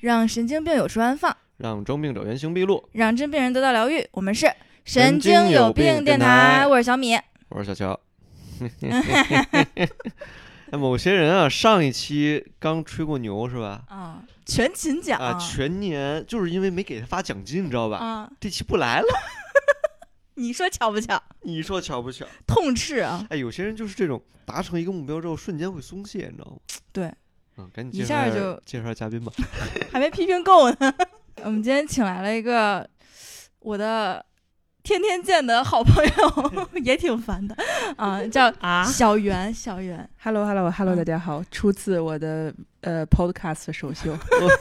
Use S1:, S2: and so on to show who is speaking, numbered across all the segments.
S1: 让神经病友吃完饭，
S2: 让装病者原形毕露。
S1: 让真病人得到疗愈。我们是
S2: 神经
S1: 经
S2: 有
S1: 病
S2: 病
S1: 电
S2: 电台
S1: 我是小米。
S2: 我是 小乔。哎，某些人啊，上一期刚吹过牛是吧？
S1: 啊，全勤奖
S2: 啊，全年就是因为没给他发奖金，你知道吧？
S1: 啊
S2: 这期不来了，
S1: 你说巧不巧？
S2: 你说巧不巧？
S1: 痛斥啊，
S2: 哎，有些人就是这种达成一个目标之后，瞬间会松懈，你知道吗？
S1: 对，
S2: 嗯，赶紧
S1: 一
S2: 介
S1: 下
S2: 绍下
S1: 就
S2: 介绍下嘉宾吧。
S1: 还没批评够呢。 我们今天请来了一个我的天天见的好朋友， 也挺烦的啊，叫
S3: 啊嗯
S1: 小袁，小 袁。
S3: ！Hello Hello Hello，大家好，初次我的呃 Podcast 首秀，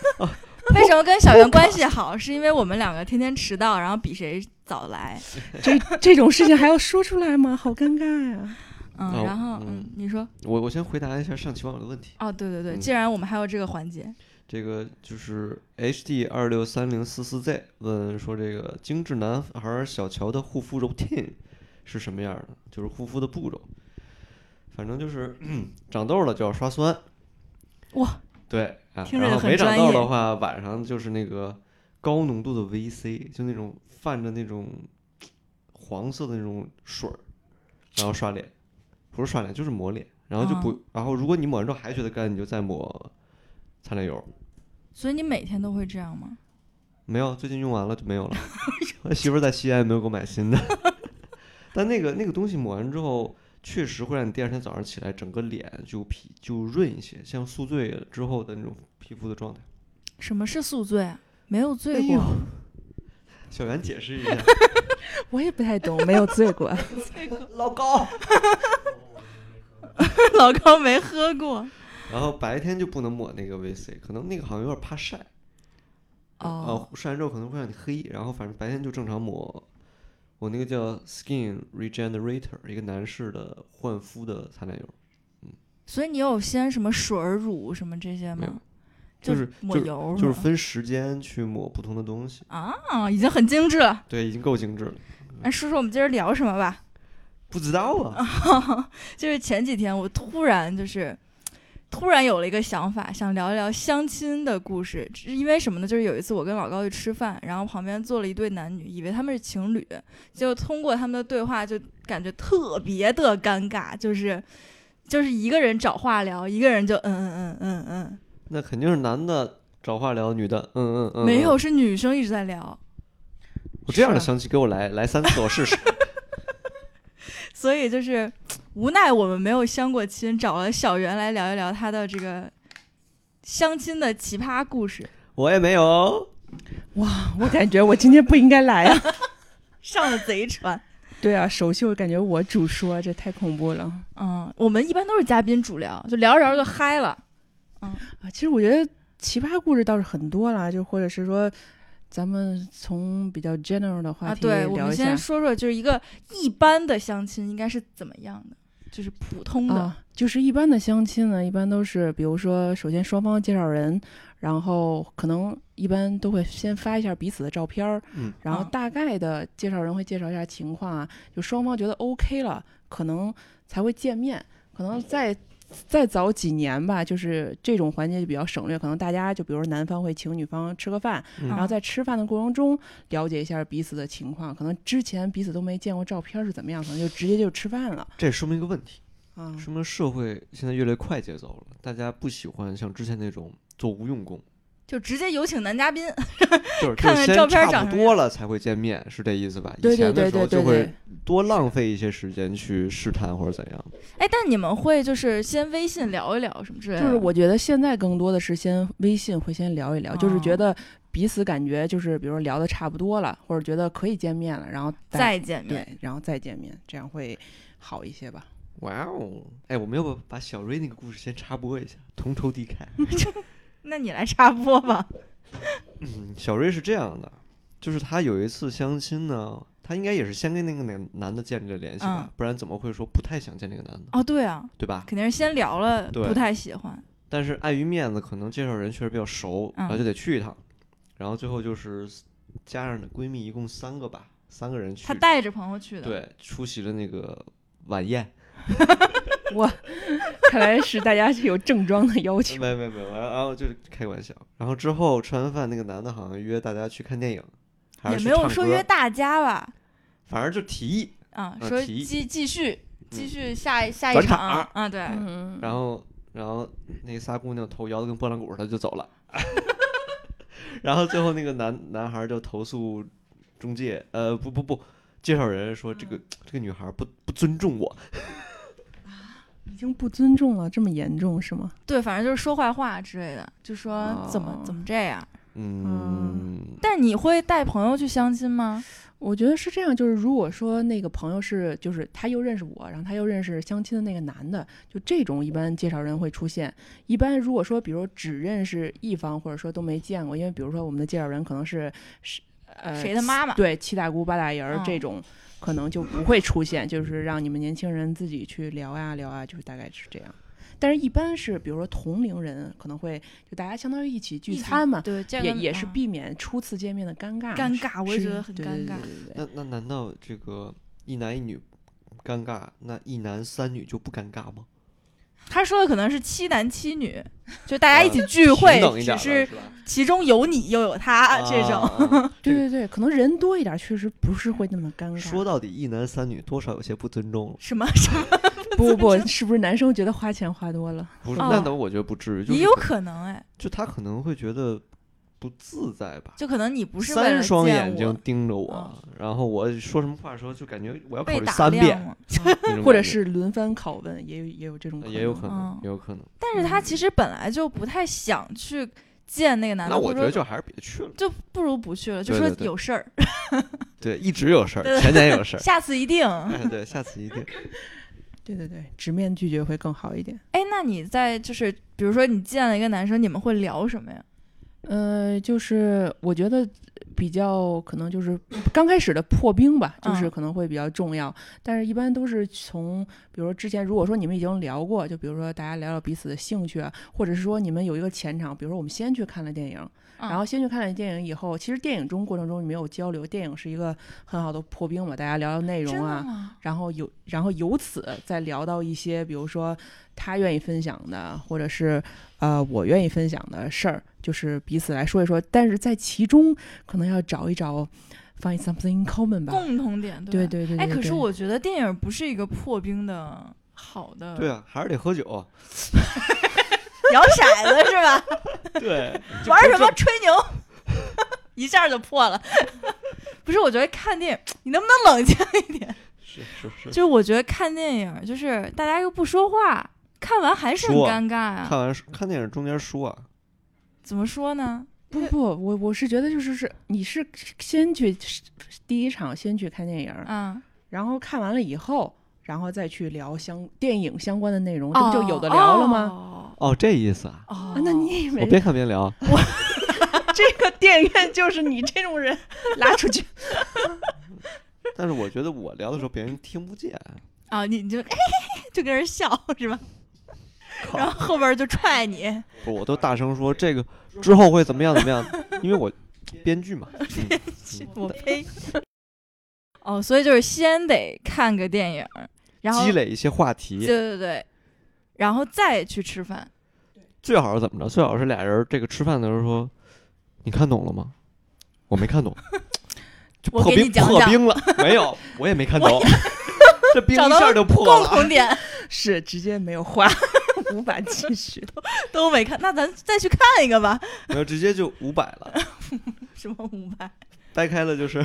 S1: 为什么跟小袁关系好？是因为我们两个天天迟到，然后比谁早来。
S3: 这这种事情还要说出来吗？好尴尬呀、
S2: 哦
S1: 嗯，然后嗯
S2: 嗯，
S1: 你说
S2: 我我先回答一下上期网友的问题，
S1: 哦，对对对，
S2: 嗯
S1: 既然我们还有这个环节，
S2: 这个就是 H D 二六三零四四 Z 问说，这个精致男孩小乔的护肤 routine 是什么样的？就是护肤的步骤，反正就是嗯长痘了就要刷酸，
S1: 哇，
S2: 对啊，
S1: 听着
S2: 然
S1: 就
S2: 后
S1: 很
S2: 没长
S1: 专
S2: 痘
S1: 业
S2: 的话，晚上就是那个高浓度的 VC，就那种泛着那种黄色的那种水儿，然后刷脸，不是刷脸就是抹脸，然后就不，
S1: 啊
S2: 然后如果你抹完之后还觉得干，你就再抹擦脸油。
S1: 所以你每天都会这样吗？
S2: 没有，最近用完了就没有 了。我媳妇儿在西安，没有给我买新的。 但那个那个东西抹完之后，确实会让你第二天早上起来整个脸就皮就润一些，像宿醉之后的那种皮肤的状态。
S1: 什么是宿醉啊？没有
S2: 哎
S1: 醉
S2: 呦
S1: 过，
S2: 小袁解释一下，
S3: 我也不太懂，没有醉 过。
S2: 老高。
S1: 老高没喝过。
S2: 然后白天就不能抹那个 VC，可能那个好像有点怕晒。
S1: 哦，
S2: 啊，晒完之后可能会让你黑，然后反正白天就正常抹。我那个叫 Skin Regenerator，一个男士的焕肤的擦脸油，
S1: 所以你有先什么水儿乳什么这些
S2: 没有
S1: 吗？
S2: 就是
S1: 抹油
S2: 就是
S1: 吗
S2: 分时间去抹不同的东西。
S1: 啊，已经很精致了。
S2: 对，已经够精致了。
S1: 那说说我们今儿聊什么吧。
S2: 不知道啊，
S1: 就是前几天我突然就是突然有了一个想法，想聊一聊相亲的故事。是因为什么呢？就是有一次我跟老高去吃饭，然后旁边坐了一对男女，以为他们是情侣，结果通过他们的对话就感觉特别的尴尬，就是就是一个人找话聊，一个人就嗯嗯嗯嗯
S2: 那肯定是男的找话聊，女的嗯嗯嗯，
S1: 嗯，没
S2: 嗯
S1: 有，啊是女生一直在聊。
S2: 我这样的
S3: 是
S2: 相亲给我来来三次，我 试试。
S1: 所以就是无奈我们没有相过亲，找了小袁来聊一聊他的这个相亲的奇葩故事。
S2: 我也没有，
S3: 我感觉我今天不应该来啊。
S1: 上了贼船。
S3: 对啊，首秀感觉我主说，这太恐怖了
S1: 嗯，我们一般都是嘉宾主聊，就聊着聊着就嗨了。
S3: 啊！其实我觉得奇葩故事倒是很多啦，就或者是说，咱们从比较 general 的话
S1: 啊，
S3: 题
S1: 对，我
S3: 聊
S1: 们
S3: 一下
S1: 先说说，就是一个一般的相亲应该是怎么样的，就是普通的。
S3: 啊，就是一般的相亲呢，一般都是比如说，首先双方介绍人，然后可能一般都会先发一下彼此的照片儿，
S2: 嗯，
S3: 然后
S1: 啊
S3: 大概的介绍人会介绍一下情况啊，就双方觉得 OK 了，可能才会见面，可能再。再早几年吧，就是这种环节就比较省略，可能大家就比如说男方会请女方吃个饭，
S2: 嗯
S1: 啊
S3: 然后在吃饭的过程中了解一下彼此的情况，可能之前彼此都没见过照片是怎么样，可能就直接就吃饭了
S2: 这说明一个问题，
S3: 啊。
S1: 嗯
S2: 说明社会现在越来越快节奏了，大家不喜欢像之前那种做无用功，
S1: 就直接有请男嘉宾。
S2: 就是
S1: 看
S2: 就是
S1: 看照
S2: 先
S1: 片
S2: 差
S1: 长
S2: 不
S1: 什么
S2: 多了才会见面，是这意思吧？
S3: 对对
S2: 以前的
S3: 对
S2: 时候
S3: 对对
S2: 就会
S3: 对，
S2: 多浪费一些时间去试探或者怎样。
S1: 哎，但你们会就是先微信聊一聊什么之类的？
S3: 就是我觉得现在更多的是先微信会先聊一聊，就是
S1: 哦
S3: 觉得彼此感觉就是比如说聊的差不多了，或者觉得可以见面了，然后大
S1: 再见面。
S3: 对，然后再见面，这样会好一 些吧。
S2: 哇哦，哎，我们要不把小瑞那个故事先插播一下，同仇敌忾。
S1: 那你来插播吧。
S2: 小瑞是这样的，就是他有一次相亲呢，他应该也是先跟那个男男的建立了联系吧，
S1: 嗯
S2: 不然怎么会说不太想见这个男的，
S1: 哦，对啊，
S2: 对吧？
S1: 肯定是先聊了，
S2: 对
S1: 不太喜欢。
S2: 但是碍于面子，可能介绍人确实比较熟，
S1: 嗯
S2: 然后就得去一趟，然后最后就是加上的闺蜜一共三个吧，三个人去
S1: 他，带着朋友去的。
S2: 对，出席了那个晚宴，
S3: 哇，看来是大家是有正装的要求。
S2: 没没没，我然后就是开玩笑。然后之后吃完饭，那个男的好像约大家去看电影，还
S1: 也
S2: 是去
S1: 没有
S2: 唱
S1: 说
S2: 歌
S1: 约，大家吧，
S2: 反正就提议。
S1: 啊，
S2: 呃
S1: 说
S2: 提议
S1: 继继续继
S2: 嗯
S1: 续下一下一
S2: 转
S1: 场
S2: 场儿
S1: 啊，对，
S3: 嗯，
S2: 然后然后那仨姑娘头摇的跟拨浪鼓似的就走了， 然后最后那个男男孩就投诉中介，呃不不不，介绍人说这个、这个女孩不不尊重我，
S3: 已经不尊重了，这么严重是吗？
S1: 对，反正就是说坏话之类的，就
S3: 哦
S1: 说怎么怎么这样。
S2: 嗯，
S1: 但你会带朋友去相亲吗？
S3: 我觉得是这样，就是如果说那个朋友是，就是他又认识我，然后他又认识相亲的那个男的，就这种一般介绍人会出现。一般如果说，比如只认识一方，或者说都没见过，因为比如说我们的介绍人可能是是呃
S1: 谁的妈妈
S3: 对七大姑八大姨儿
S1: 嗯
S3: 这种，可能就不会出现，就是让你们年轻人自己去聊啊聊啊，就是大概是这样。但是，一般是比如说同龄人可能会就大家相当于一起聚
S1: 一起
S3: 餐嘛，
S1: 对，这
S3: 也
S1: 个
S3: 也是
S1: 嗯
S3: 避免初次见面的尴尬。
S1: 尴尬，我也
S3: 是
S1: 觉得很
S3: 对
S1: 尴
S3: 对
S1: 尬。
S3: 对对对
S2: 那那难道这个一男一女尴尬，那一男三女就不尴尬吗？
S1: 他说的可能是七男七女，就大家一起
S2: 呃
S1: 聚会
S2: 平等，一点
S1: 只
S2: 了
S1: 是
S2: 吧
S1: 其中有你又有他这种。
S2: 啊
S3: 对
S2: 这
S3: 对对，可能人多一点，确实不是会那么尴尬。
S2: 说到底，一男三女多少有些不尊重了。
S1: 什么什么
S3: 不不，是不是男生觉得花钱花多了？
S2: 不是，
S1: 哦
S2: 那倒我觉得不至于，就是
S1: 也有
S2: 可
S1: 可能哎，
S2: 就他可能会觉得不自在吧。
S1: 就可能你不是为
S2: 三
S1: 了
S2: 双
S1: 见
S2: 眼
S1: 我
S2: 睛盯着我，
S1: 啊
S2: 然后我说什么话的时候，就感觉我要考
S1: 被
S2: 虑
S1: 打
S2: 三
S1: 量
S2: 遍，
S1: 了，
S2: 那种
S3: 或者
S2: 感觉
S3: 是轮番拷问，也有也有这种
S2: 呃也有
S1: 嗯
S2: 可能，也有可能。
S1: 但是
S3: 嗯
S1: 他其实本来就不太想去见那个男的，
S2: 那我
S1: 或
S2: 觉
S1: 者
S2: 得
S1: 说
S2: 就还是别去了。
S1: 就不如不去了，就
S2: 对
S1: 说
S2: 对对
S1: 有事儿，
S2: 对，一直有事
S1: 对
S2: 儿，前年有 事儿。
S1: 下次 一定。
S2: 哎，对，下次一定。
S3: 对对对，直面拒绝会更好一点。
S1: 哎，那你在就是比如说你见了一个男生，你们会聊什么呀？
S3: 呃，就是我觉得比较可能就是刚开始的破冰吧，就是
S1: 嗯
S3: 可能会比较重要，但是一般都是从比如说之前，如果说你们已经聊过，就比如说大家聊聊彼此的兴趣啊，或者是说你们有一个前场，比如说我们先去看了电影，
S1: 嗯
S3: 然后先去看了电影以后，其实电影中过程中没有交流，电影是一个很好的破冰嘛，大家聊聊内
S1: 真
S3: 容
S1: 的
S3: 啊，
S1: 吗？
S3: 然后有，然后由此再聊到一些，比如说他愿意分享的，或者是呃我愿意分享的事儿，就是彼此来说一说。但是在其中可能要找一找，find something in common 吧。
S1: 共同点
S3: 嗯对
S1: 对吧
S3: 对对对。
S1: 哎，可
S3: 对
S1: 是我觉得电影不是一个破冰的好的，
S2: 对啊，还是得喝酒啊。
S1: 摇骰 子是吧？
S2: 对，就
S1: 玩
S2: 不
S1: 什么
S2: 就？
S1: 吹牛， 一下就破了。 不是，我觉得看电影，你能不能冷静 一点？
S2: 是是是。
S1: 就是我觉得看电影，就是大家又不说话，看完还是很
S2: 说
S1: 尴尬呀、
S2: 看完书看电影中间说啊，
S1: 怎么说呢？
S3: 不不，我我是觉得就是是你是先去第一场先去看电影，
S1: 嗯，
S3: 然后看完了以后，然后再去聊相电影相关的内容，这
S1: 哦
S3: 不就有的聊了吗？
S1: 哦，
S2: 哦，这意思啊。
S1: 哦
S3: 啊那你以为
S2: 我边看边 聊，啊
S3: 这个电影院就是你这种人拉出去？
S2: 但是我觉得我聊的时候别人听不见。
S1: 啊，你你就就跟人笑是吧？
S2: 靠
S1: 然后后边就踹 你，
S2: 不，我都大声说这个之后会怎么样怎么样，因为我编剧嘛。嗯
S1: 我呸！哦，所以就是先得看个电影，然后
S2: 积累一些话
S1: 对
S2: 题，
S1: 对对，然后再去吃饭。
S2: 最好是怎么着？最好是俩人这个吃饭的时候说：“你看懂了吗？”我没看 懂，就
S1: 我
S2: 破
S1: 给你
S2: 冰
S1: 讲
S2: 破
S1: 讲
S2: 冰了，没有，我也没看懂， 这冰
S1: 找
S2: 一
S1: 到
S2: 下 就破
S1: 共
S2: 了。
S1: 同点
S3: 是直接没有话，无法继续。
S1: 都没看，那咱再去看一个吧。
S2: 然后直接就五百了，
S1: 什么五百？
S2: 掰开了就是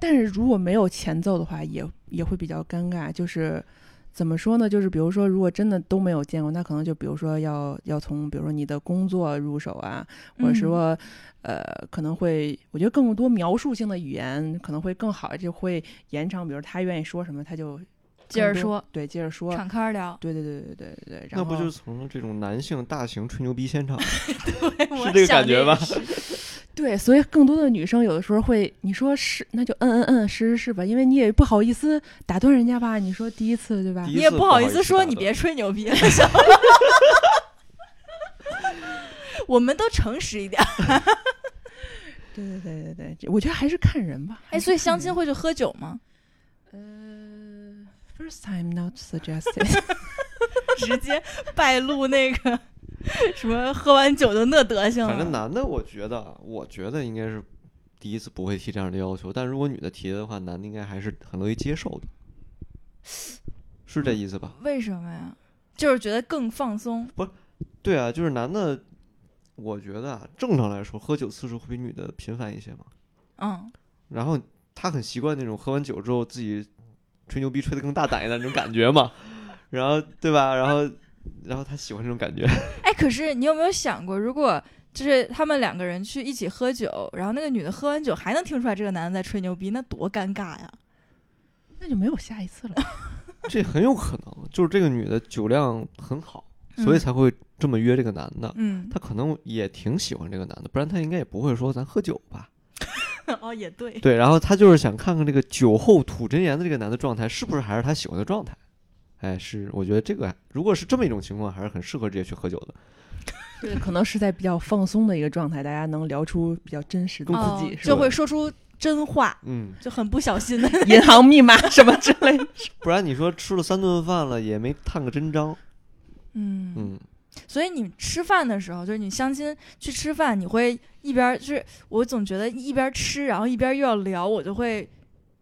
S3: 但是如果没有前奏的话，也也会比较尴尬。就是怎么说呢？就是比如说，如果真的都没有见过，那可能就比如说要要从比如说你的工作入手啊，或
S1: 嗯
S3: 者是说、呃，可能会我觉得更多描述性的语言可能会更好，就会延长。比如他愿意说什么，他就
S1: 接着
S3: 更多
S1: 说，
S3: 对，接着说。
S1: 敞开聊，
S3: 对对对对对对对，然
S2: 那
S3: 后
S2: 不就是从这种男性大型吹牛逼 现场
S1: 我
S2: 是这个
S1: 想
S2: 感觉
S1: 着
S2: 吧
S1: 也是
S3: 对，所以更多的女生有的时候会，你说是，那就嗯嗯嗯，是是是吧，因为你也不好意思打断人家吧，你说第一次对吧
S2: 第？一
S1: 你也
S2: 次
S1: 不
S2: 不
S1: 好
S2: 好
S1: 意
S2: 意
S1: 思
S2: 思
S1: 说
S2: 打
S1: 你
S2: 断
S1: 别吹牛逼 了，行吗？ 我们都诚实一点。
S3: 对对对
S1: 哎
S3: 对对，我觉得还是看人吧。
S1: 哎，所以相亲会去喝酒吗？
S3: 呃， First time not suggested 。
S1: 直接败露那个什么喝完酒就那德行了。
S2: 反正男的，我觉得啊，我觉得应该是第一次不会提这样的要求，但如果女的提的话，男的应该还是很乐意接受的，是这意思吧？
S1: 为什么呀？就是觉得更放松。
S2: 对啊，就是男的，我觉得啊，正常来说喝酒次数会比女的频繁一些嘛。
S1: 嗯，
S2: 然后他很习惯那种喝完酒之后自己吹牛逼吹得更大胆一点那种感觉嘛，然后对吧？然后然后他喜欢这种感觉，
S1: 哎，可是你有没有想过，如果就是他们两个人去一起喝酒，然后那个女的喝完酒还能听出来这个男的在吹牛逼，那多尴尬呀！
S3: 那就没有下一次了。
S2: 这很有可能就是这个女的酒量很好，所以才会这么约这个男 的。
S1: 嗯，
S2: 他可能也挺喜欢这个男的，不然他应该也不会说咱喝酒吧。
S1: 哦，也对，
S2: 对，然后他就是想看看这个酒后吐真言的这个男的状态是不是还是他喜欢的状态。哎，是，我觉得这个如果是这么一种情况，还是很适合直接去喝酒的。
S3: 对，可能是在比较放松的一个状态，大家能聊出比较真实的
S1: 哦
S3: 自己，是
S1: 就
S3: 吧？
S1: 会说出真话，
S2: 嗯，
S1: 就很不小心的。
S3: 银行密码什么之类的。
S2: 不然你说吃了三顿饭了也没探个真章。
S1: 嗯
S2: 嗯，
S1: 所以你吃饭的时候，就是你相亲去吃饭，你会一边儿就是我总觉得一边儿吃，然后一边儿又要聊，我就会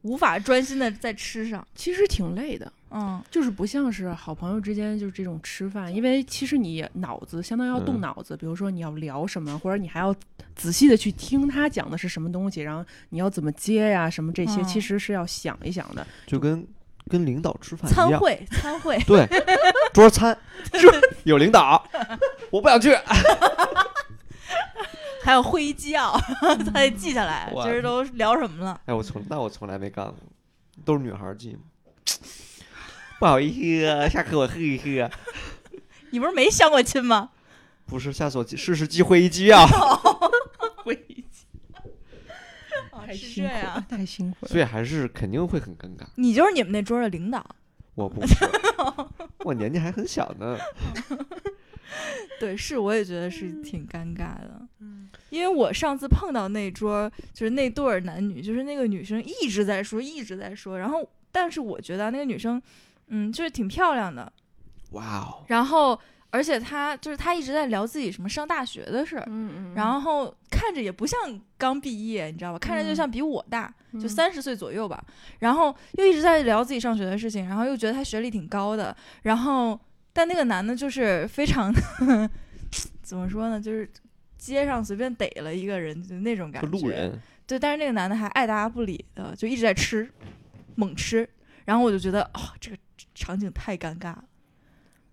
S1: 无法专心的在吃上。
S3: 其实挺累的，
S1: 嗯
S3: 就是不像是好朋友之间就是这种吃饭，因为其实你脑子相当于要动
S2: 嗯
S3: 脑子，比如说你要聊什么，或者你还要仔细的去听他讲的是什么东西，然后你要怎么接呀、什么这些，
S1: 嗯
S3: 其实是要想一想的。
S2: 就跟跟领导吃
S3: 哎
S2: 饭一
S1: 参
S2: 样，，
S1: 会，参会
S2: 对，桌餐，桌有领导，我不想去。
S1: 还有会议纪要，再记下 来，今
S2: 哇
S1: 儿都聊什么了？
S2: 哎，我从那我从来没干过，都是女孩儿记嘛。不好意思啊，下课我喝一喝。
S1: 你不是没相过亲吗？
S2: 不是，下次我记试试记会啊议纪要。
S3: 会议
S1: 啊
S3: 太
S1: 是这
S3: 辛苦
S1: 样
S3: 了，，太辛苦了。
S2: 所以还是肯定会很尴尬。
S1: 你就是你们那桌的领导。
S2: 我不是，我年纪还很小呢。
S1: 对，是我也觉得是挺尴尬的。
S3: 嗯
S1: 因为我上次碰到那桌就是那对儿男女，就是那个女生一直在说，一直在说，然后但是我觉得那个女生，嗯，就是挺漂亮的，
S2: 哇哦，
S1: 然后而且她就是她一直在聊自己什么上大学的事儿。
S3: 嗯嗯
S1: 然后看着也不像刚毕业，你知道吧？看着就像比我大，就
S3: 嗯
S1: 三十岁左右吧。然后又一直在聊自己上学的事情，然后又觉得他学历挺高的，然后但那个男的就是非常 怎么说呢，就是街上随便逮了一个人就那种感
S2: 就
S1: 觉。
S2: 路人，
S1: 对，但是那个男的还爱答不理的，就一直在吃，猛吃。然后我就觉得，哦，这个场景太尴尬了。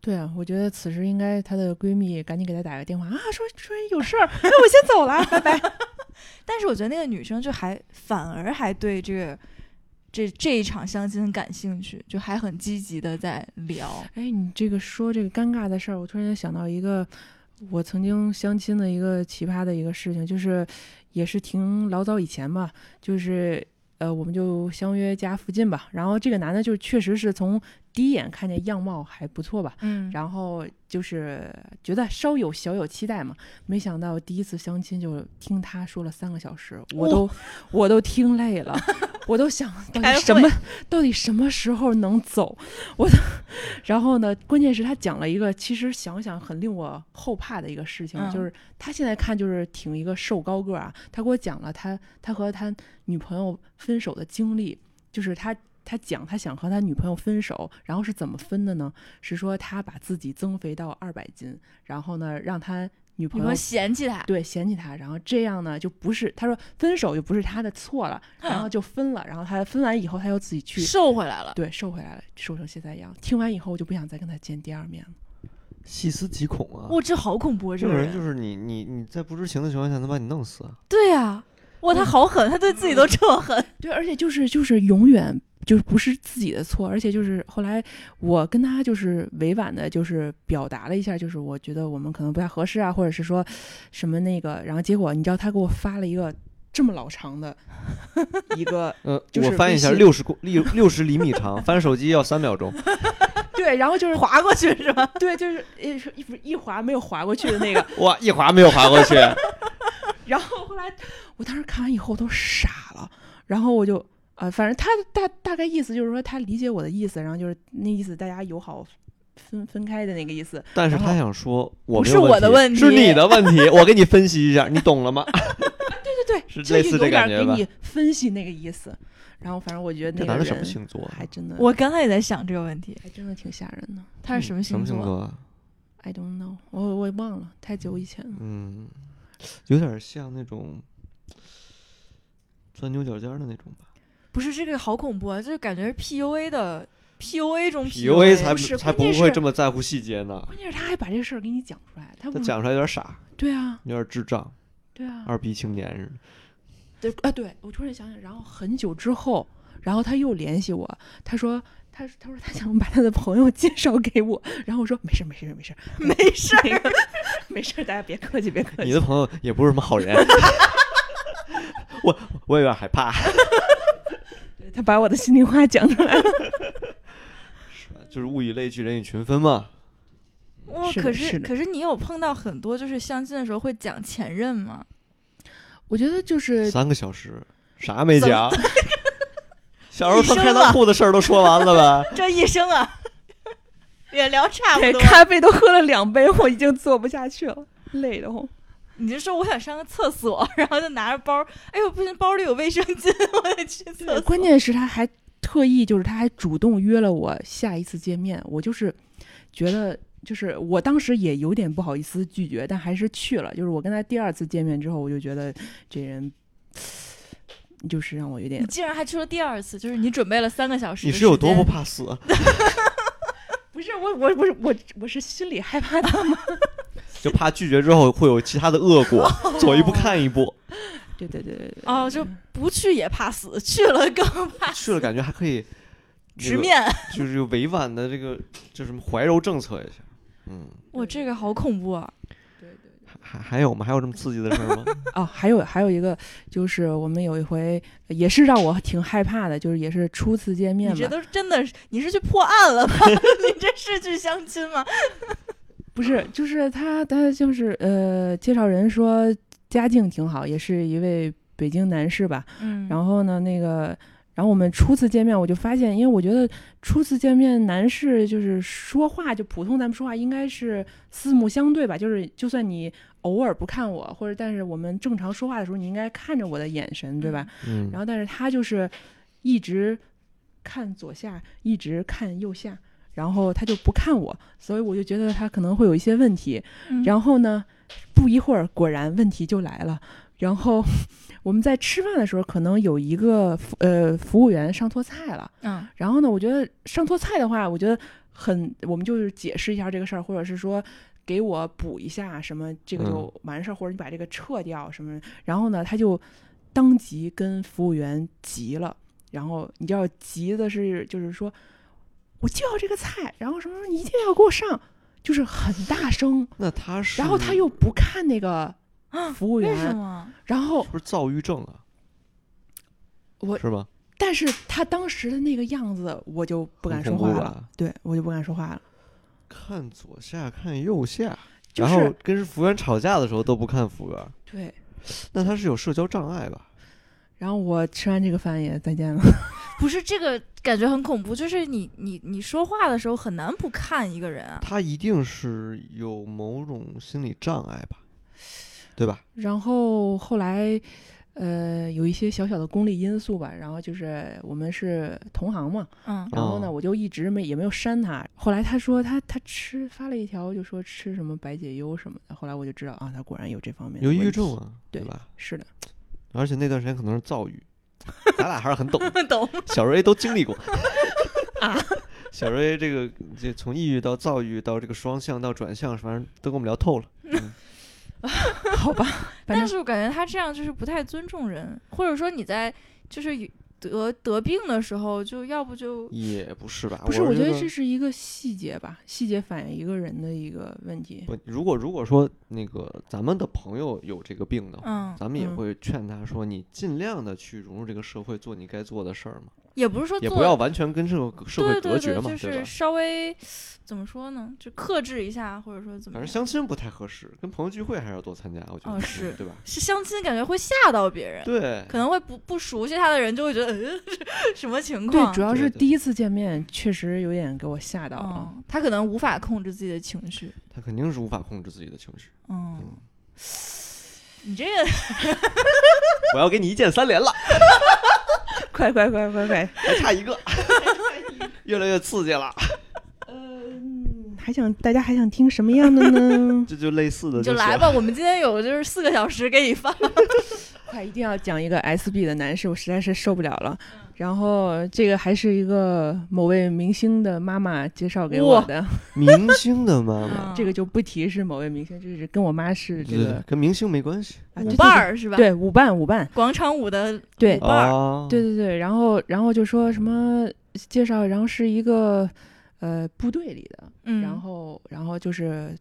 S3: 对啊，我觉得此时应该她的闺蜜赶紧给她打个电话啊，说说有事儿，那我先走了，拜拜。
S1: 但是我觉得那个女生就还反而还对这个这这一场相亲很感兴趣，就还很积极的在聊。
S3: 哎，你这个说这个尴尬的事儿，我突然间想到一个我曾经相亲的一个奇葩的一个事情，就是也是挺老早以前吧，就是呃，我们就相约家附近吧。然后这个男的就确实是从第一眼看见样貌还不错吧，
S1: 嗯
S3: 然后就是觉得稍有小有期待嘛，没想到第一次相亲就听他说了三个小时，我
S1: 哇
S3: 都、我都听累了，我 都想到
S1: 开
S3: 底
S1: 会
S3: 什么到底什么时候能走，我都，然后呢，关键是他讲了一个其实想想很令我后怕的一个事情，
S1: 嗯
S3: 就是他现在看就是挺一个瘦高个儿啊，他给我讲了他他和他女朋友分手的经历，就是他。他讲他想和他女朋友分手，然后是怎么分的呢？是说他把自己增肥到二百斤，然后呢让他女
S1: 你
S3: 朋友
S1: 说嫌弃他，
S3: 对嫌弃他，然后这样呢就不是他说分手就不是他的错 了，然后就分了，然后他分完以后他又自己去
S1: 瘦回来了。
S3: 对瘦回来了，瘦成现在样。听完以后我就不想再跟他见第二面了。
S2: 细思极恐啊！
S1: 哇，这好恐怖啊！
S2: 这
S1: 个
S2: 种人就是是你，你你在不知情的情况下能把你弄死啊，
S1: 对啊，哇，嗯他好狠，他对自己都这么狠。
S3: 对，而且就是就是永远就是不是自己的错，而且就是后来我跟他就是委婉的，就是表达了一下，就是我觉得我们可能不太合适啊，或者是说什么那个，然后结果你知道他给我发了一个这么老长的一个
S2: 呃，
S3: 就是
S2: 我翻译一下，
S3: 微信
S2: 六十公六六十厘米长，翻手机要三秒钟。
S3: 对，然后就是
S1: 划过去是吧？
S3: 对，就是一一一划没有划过去的那个，
S2: 哇，一划没有划过去，
S3: 然后后来我当时看完以后都傻了，然后我就啊、反正他大大概意思就是说他理解我的意思，然后就是那意思大家友好分分开的那个意思。
S2: 但是
S3: 然
S2: 他
S3: 后
S2: 想说，我
S1: 不
S2: 没
S1: 是
S2: 有
S1: 我的问
S2: 题，是
S1: 题
S2: 你的问题，我给你分析一下，你懂了吗？
S3: 对对，
S2: 是
S3: 就
S2: 类
S3: 有
S2: 似这
S3: 点
S2: 感觉
S3: 给
S2: 吧
S3: 你分析那个意思。然后反正我觉得
S2: 这
S3: 那
S2: 男
S3: 个
S2: 的什么
S3: 人
S2: 星座啊？
S3: 还真的，
S1: 我刚才也在想这个问题，
S3: 还真的挺吓人的。
S1: 他是什么
S2: 什
S1: 星
S2: 么星
S1: 座？
S2: 座啊？
S3: I don't know，我我也忘了，太久以前了。
S2: 嗯，有点像那种钻牛角尖儿的那种吧。
S1: 不是这个好恐怖啊！就是感觉是 PUA 的 PUA 中
S2: PUA 才
S1: 不是
S2: 才不
S1: 关键
S2: 会
S1: 是嗯
S2: 这么在乎细节呢，
S3: 关键是他还把这事儿给你讲出来，他
S2: 他
S3: 不
S2: 讲出来有点傻，
S3: 对啊，
S2: 有点智障，
S3: 对啊，
S2: 二逼青年似的。
S3: 对啊，对我突然想想，然后很久之后，然后他又联系我，他说。他他说他想把他的朋友介绍给我，然后我说没事儿没事儿没事儿
S1: 没事
S3: 那个没事儿，大家别客气别客
S1: 哎
S2: 你
S3: 气
S2: 的。朋友也不是什么好人， 我我有点害怕。
S3: 他把我的心里话讲出来了。
S2: 就是物以类聚，人以群分嘛。
S1: 哇，
S3: 是的
S1: 可
S3: 是的
S1: 可是你有碰到很多就是相亲的时候会讲前任吗？
S3: 我觉得就是
S2: 三个小时，啥没
S1: 怎
S2: 讲
S1: 么？
S2: 小时候
S1: 一
S2: 穿
S1: 生
S2: 开裆
S1: 了。
S2: 裤的事儿都说完了呗
S1: 这一生啊， 也聊差
S3: 对咖啡都喝了两杯，我已经做不下去了，累得慌。
S1: 你就说我想上个厕所， 然后就拿着包，哎呦不行，包里有卫生巾， 我得去厕所。
S3: 关键是他还特意就是他还主动约了我下一次见面，我就是觉得就是我当时也有点不好意思拒绝，但还是去了。就是我跟他第二次见面之后，我就觉得这人就是让我有
S1: 你
S3: 点
S1: 竟然还去了第二次，就是你准备了三个小时，
S2: 你是有多不？怕死？啊
S3: 不是我我我我我是心里害怕他。
S2: 就怕拒绝之后会有其他的恶 果，走一步看一步。
S3: 对对对对对。
S1: 哦，就不去也怕死，去了更怕
S2: 去了感觉还可以、那
S1: 直
S2: 个，
S1: 面。
S2: 就是委婉的这个叫什么怀柔政策一下。嗯，
S1: 哇，这个好恐怖啊！
S3: 对对
S2: 还还还有吗？还有这么刺激的事儿 吗？
S3: 哦，还有还有一个就是我们有一回也是让我挺害怕的，就是也是初次见
S1: 你
S3: 面
S1: 这
S3: 嘛，
S1: 都是真的是，你是去破案了吧？ 你这是去相亲吗？
S3: 不是，就是他他就是呃，介绍人说家境挺好，也是一位北京男士吧。
S1: 嗯
S3: 然后呢，那个然后我们初次见面，我就发现，因为我觉得初次见面男士就是说话就普通咱们说话应该是四目相对吧，就是就算你偶尔不看我，或者但是我们正常说话的时候，你应该看着我的眼神，对吧？
S2: 嗯
S3: 然后但是他就是一直看左下，一直看右下，然后他就不看我，所以我就觉得他可能会有一些问题。
S1: 嗯
S3: 然后呢，不一会儿果然问题就来了。然后 我们在吃饭的时候，可能有一个服呃服务员上错菜了。
S1: 嗯，
S3: 然后呢，我觉得上错菜的话，我觉得很，我们就是解释一下这个事儿，或者是说给我补一下什么，这
S2: 嗯
S3: 个就完事儿，或者你把这个撤掉什么。然后呢，他就当即跟服务员急了，然后你知道急的是就是说我就要这个菜，然后什么什么你一定要给我上，就是很大声，
S2: 那他是，
S3: 然后他又不看那个
S1: 啊
S3: 服务
S1: 为什
S3: 员，
S1: 么？
S3: 然后
S2: 不是躁郁症啊？
S3: 我
S2: 是吧？
S3: 但是他当时的那个样子，我就不敢
S2: 很
S3: 说
S2: 恐
S3: 话
S2: 怖啊
S3: 了，
S2: 吧。
S3: 对我就不敢说话了。
S2: 看左下，看右下，
S3: 就
S2: 然
S3: 是
S2: 后跟服务员吵架的时候都不看服务员，
S3: 对，
S2: 那他是有社交障碍吧？
S3: 然后我吃完这个饭也再见了。
S1: 不是这个感觉很恐怖，就是你你你说话的时候很难不看一个人啊。
S2: 他一定是有某种心理障碍吧？对吧？
S3: 然后后来，呃，有一些小小的功利因素吧。然后就是我们是同行嘛，
S1: 嗯
S3: 然后呢，
S2: 哦
S3: 我就一直没也没有删他。后来他说他他吃发了一条，就说吃什么白解忧什么的。后来我就知道啊，他果然有这方面的
S2: 有抑郁
S3: 问题
S2: 症。啊，
S3: 对
S2: 吧？
S3: 是的，
S2: 而且那段时间可能是躁郁，咱俩还是很懂，
S1: 懂。
S2: 小时候 A 都经 历过
S1: 啊
S2: 小时候 A 这个这从抑郁到躁郁到这个双向到转向，反正都跟我们聊透了。
S3: 好吧，反
S1: 但
S3: 正
S1: 是我感觉他这样就是不太尊重人，或者说你在就是有得得病的时候，就要不就
S2: 也不是吧？
S3: 不是，我
S2: 觉
S3: 觉得这是一个细节吧，细节反映一个人的一个问题。
S2: 不，如果如果说那个咱们的朋友有这个病的话，
S1: 嗯
S2: 咱们也
S3: 嗯
S2: 会劝他说，你尽量的去融入这个社会，做你该做的事儿嘛。
S1: 也不是说
S2: 也
S1: 做
S2: 不要完全跟社会社会
S1: 对
S2: 隔
S1: 对
S2: 绝嘛，
S1: 对，就
S2: 吧
S1: 是？稍微怎么说呢，就克制一下，或者说怎么
S2: 反正
S1: 样。
S2: 相亲不太合适，跟朋友聚会还是要多参加，我觉得
S1: 哦是
S2: 对吧？
S1: 是相亲，感觉会吓到别人，
S2: 对，
S1: 可能会不不熟悉他的人就会觉得，嗯， 什么情
S3: 对，
S1: 况？
S3: 主要
S2: 对
S3: 是
S2: 对
S3: 第一次见面，确实有点给我吓
S2: 啊
S3: 到啊了。
S1: 嗯，他可能无法控制自己的情绪。
S2: 他肯定是无法控制自己的情绪。
S1: 嗯，你这个
S2: 我要给你一键三连了，
S3: 快快快快快！
S2: 还差一个，越来越刺激了。？
S3: 嗯，还想大家还想听什么样的呢
S2: 这就类似的
S1: 你
S2: 就
S1: 就是来吧，我们今天有就是四个小时给你放。
S3: 快，一定要讲一个 SB 的男士，我实在是受不了了。然后这个还是一个某位明星的妈妈介绍给我
S1: 哇
S3: 的，
S2: 明星的妈
S1: 嗯
S2: 妈，
S3: 这个就不提是某位明星，就是跟我妈是这
S2: 对对对
S3: 个
S2: 跟明星没关系
S3: 啊
S1: 舞
S3: 这
S1: 伴儿是吧？，
S3: 对舞伴舞伴，
S1: 广场舞的
S3: 对
S1: 舞伴儿。
S2: 啊。
S3: 对对对，然后然后就说什么介绍，然后是一个呃部队里的，
S1: 嗯，
S3: 然后然后就是，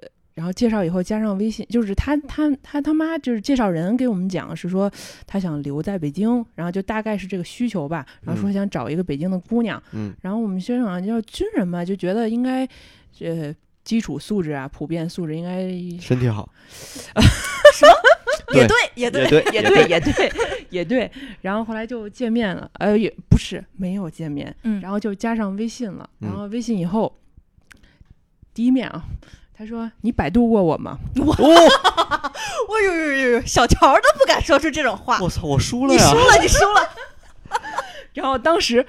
S3: 呃，然后介绍以后加上微信，就是他他他他妈就是介绍人给我们讲是说他想留在北京，然后就大概是这个需求吧，然后说
S2: 嗯
S3: 想找一个北京的姑娘，
S2: 嗯，
S3: 然后我们学长要军人嘛，就觉得应该呃基础素质啊，普遍素质应该
S2: 身体好，
S1: 也对，也
S2: 也
S1: 对，
S2: 对，
S3: 也对，也对， 也对。然后后来就见面了，呃，也不是没有见面，
S1: 嗯
S3: 然后就加上微信了。然
S2: 嗯
S3: 后微信以后，第一面啊，他说：“你百度过我吗
S2: 哦，
S1: 我哎呦呦呦呦，小乔都不敢说出这种话，
S2: 我操，我输了
S1: 你
S2: 呀
S1: 输！了，你 输了。？”
S3: 然后当时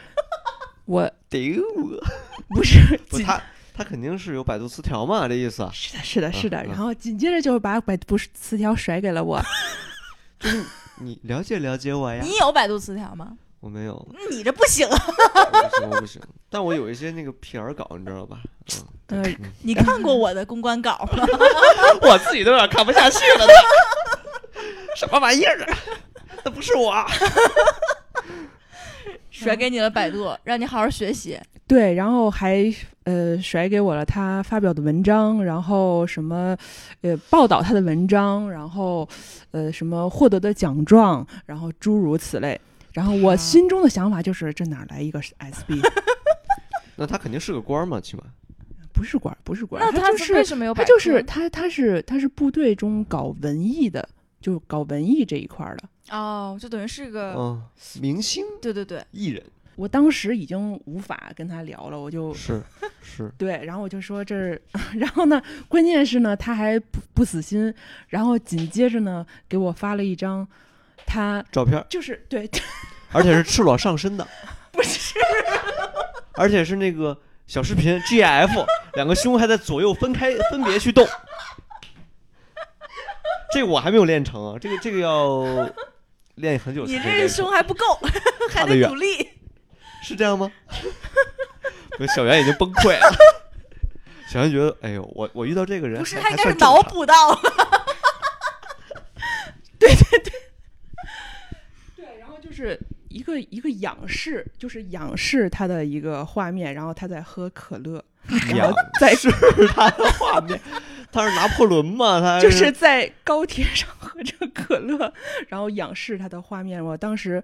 S3: 我
S2: 顶我！
S3: 不是
S2: 不，
S3: 紧
S2: 他他肯定是有百度词条嘛，这意思啊
S3: 是的，是的，是的。
S2: 嗯
S3: 然后紧接着就把百度词条甩给了我，
S2: 就是你了解了解我呀。
S1: 你有百度词条吗？
S2: 我没有，
S1: 你这不行啊！
S2: 我不行，我不行。但我有一些那个 PR 稿，你知道吧？嗯
S3: 呃，
S1: 你看过我的公关稿吗？
S2: 我自己都有点看不下去了呢。 什么玩意儿？啊 那不是我。
S1: 甩给你了百度，让你好好学习。
S3: 对，然后还呃甩给我了他发表的文章，然后什么呃报道他的文章，然后呃什么获得的奖状，然后诸如此类。然后我
S1: 啊
S3: 心中的想法就是，这哪儿来一个 SB？
S2: 那他肯定是个官儿嘛，起码
S3: 不是官儿，不是官儿，
S1: 那
S3: 他就
S1: 为
S3: 是
S1: 什么有
S3: 他
S1: 百度？
S3: 就是他他是他是部队中搞文艺的，就是搞文艺这一块儿的。
S1: 哦，就等于是个、
S2: 嗯，明星
S1: 对对对，
S2: 艺人
S3: 我当时已经无法跟他聊了，我就是
S2: 是，
S3: 对，然后我就说这儿， 然后呢，关键是呢，他还不不死心，然后紧接着呢，给我发了一张，他
S2: 照片儿，
S3: 就是对，
S2: 而且是赤裸上 身的，
S3: 不是，
S2: 而且是那个小视频 GIF，两个胸还在左右分开分别去动。这个我还没有练成啊，这个这个要练很久才
S1: 你
S2: 能
S1: 这
S2: 练
S1: 个
S2: 成
S1: 胸还不够，还
S2: 差得
S1: 得
S2: 远
S1: 努力。
S2: 是这样吗？ 不是小袁已经崩溃了。小袁觉得，哎呦，我我遇到这个人
S1: 不是，
S2: 还
S1: 他应该
S2: 还
S1: 是
S2: 算正
S1: 脑
S2: 常
S1: 补 到了。
S3: 对，然后就是一个一个仰视，就是仰视他的一个画面，然后他在喝可乐，然
S2: 仰
S3: 后在
S2: 视他的画面，哎他是拿破仑嘛？他
S3: 就是在高铁上 喝着可乐，然后仰视他的画面，我当时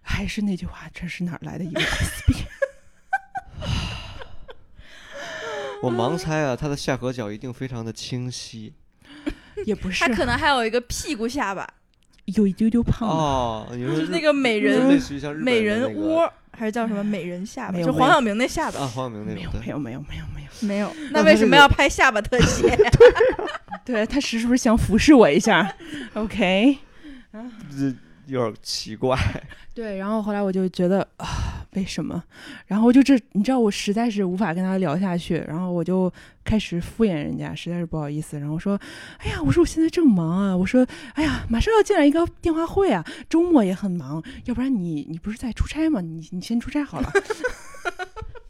S3: 还是那句话，这是哪儿来的一个 SB？
S2: 我盲猜啊，他的下颌角一定非常的清晰
S3: 也不是
S1: 他，可能还有一个屁股下巴，
S3: 有一丢丢胖吧。
S2: 哦。你
S1: 就
S2: 说
S1: 是那
S2: 日
S1: 个美人
S2: 类似于像日本
S1: 美
S2: 的
S1: 人
S2: 那个
S1: 窝，还是叫什么美人下巴？
S3: 没有
S1: 就
S3: 没
S1: 黄
S3: 有
S1: 晓明那下巴
S2: 啊，黄晓明那
S3: 没有
S2: 种
S3: 没
S2: 对。
S3: 有没有没有没有，
S1: 没有。那
S2: 那他
S1: 为
S2: 这
S1: 什么
S2: 个
S1: 要拍下巴特 写？
S3: 对他是是不是想服侍我一下？OK，
S2: 这有点奇怪，
S3: 对，然后后来我就觉得啊，为什么？然后我就这，你知道我实在是无法跟他聊下去，然后我就开始敷衍人家，实在是不好意思。然后我说，哎呀，我说我现在正忙啊，我说，哎呀，马上要进来一个电话会啊，周末也很忙，要不然你你不是在出差吗？你你先出差好了。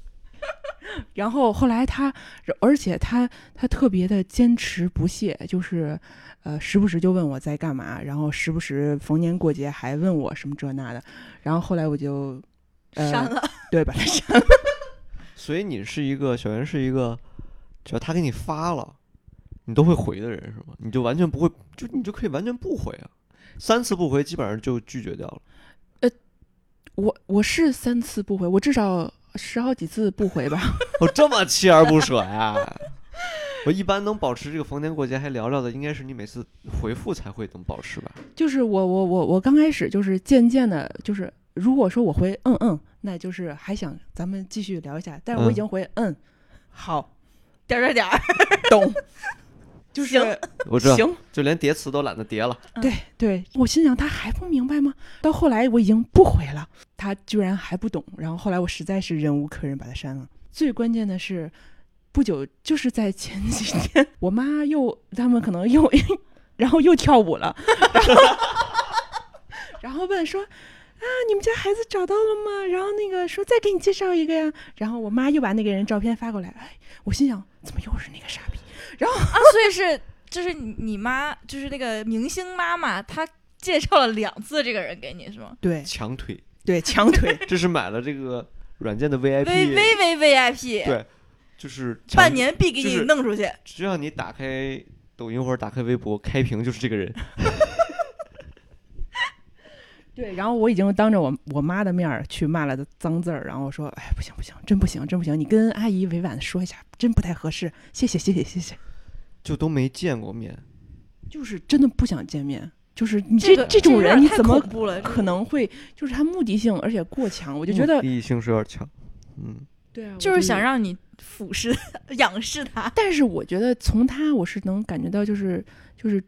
S3: 然后后来他，而且他他特别的坚持不懈，就是，呃，时不时就问我在干嘛，然后时不时逢年过节还问我什么这那的，然后后来我就，
S2: 嗯
S3: 呃、
S1: 删了，
S3: 对，把他删了。
S2: 所以你是一个小袁是一个，只要他给你发了，你都会回的人是吗？你就完全不会，就你就可以完全不回啊，三次不回基本上就拒绝掉了。
S3: 我我是三次不回，我至少十好几次不回吧。
S2: 我这么锲而不舍呀、 我一般能保持这个逢年过节还聊聊的，应该是你每次回复才会能保持吧？
S3: 就是我我我我刚开始就是渐渐的，就是如果说我回嗯嗯，那就是还想咱们继续聊一下，但是我已经回嗯好
S1: 点儿点儿点儿，
S3: 懂， 就是
S1: 行
S2: 我知道，
S3: 行，
S2: 就连叠词都懒得叠了。
S3: 对我心想他还不明白吗？到后来我已经不回了，他居然还不懂。然后后来我实在是忍无可忍，把他删了。最关键的是，不久就是在前几天，我妈又他们可能又，然后又跳舞了， 然后然后问说。啊，你们家孩子找到了吗？然后那个说再给你介绍一个呀。然后我妈又把那个人照片发过来，哎，我心想怎么又是那个傻逼？
S1: 啊， 所以是就是你你妈，就是那个明星妈妈，她介绍了两次这个人给你是吗
S3: 对
S2: 强推，
S3: 对，强腿
S2: 这是买了这个软件的
S1: ？V
S2: VIP，
S1: V V V I P，
S2: 对就是强
S1: 半，年必给
S2: 就
S1: 你
S2: 是
S1: 弄出去。
S2: 只要你打开抖音或者打开微博，开屏就是这个人。
S3: 对，然后我已经当着我我妈的面儿去骂了她脏字儿，然后我说，哎，不行不行，真不行，真不行，你跟阿姨委婉的说一下，真不太合适，谢谢谢谢谢谢，
S2: 就都没见过面，
S3: 就是真的不想见面，就是你
S1: 这
S3: 这
S1: 个
S3: 这种
S1: 有点
S3: 人你
S1: 太
S3: 怎么
S1: 恐怖了这
S3: 可能会，就是他目的性而且过强，我
S2: 我
S3: 就
S1: 嗯
S3: 觉得
S2: 意义性是有点强。嗯，
S3: 对啊，我
S1: 就是想，让你俯视、仰视他。
S3: 但是我觉得从他我是能感觉到就是就是。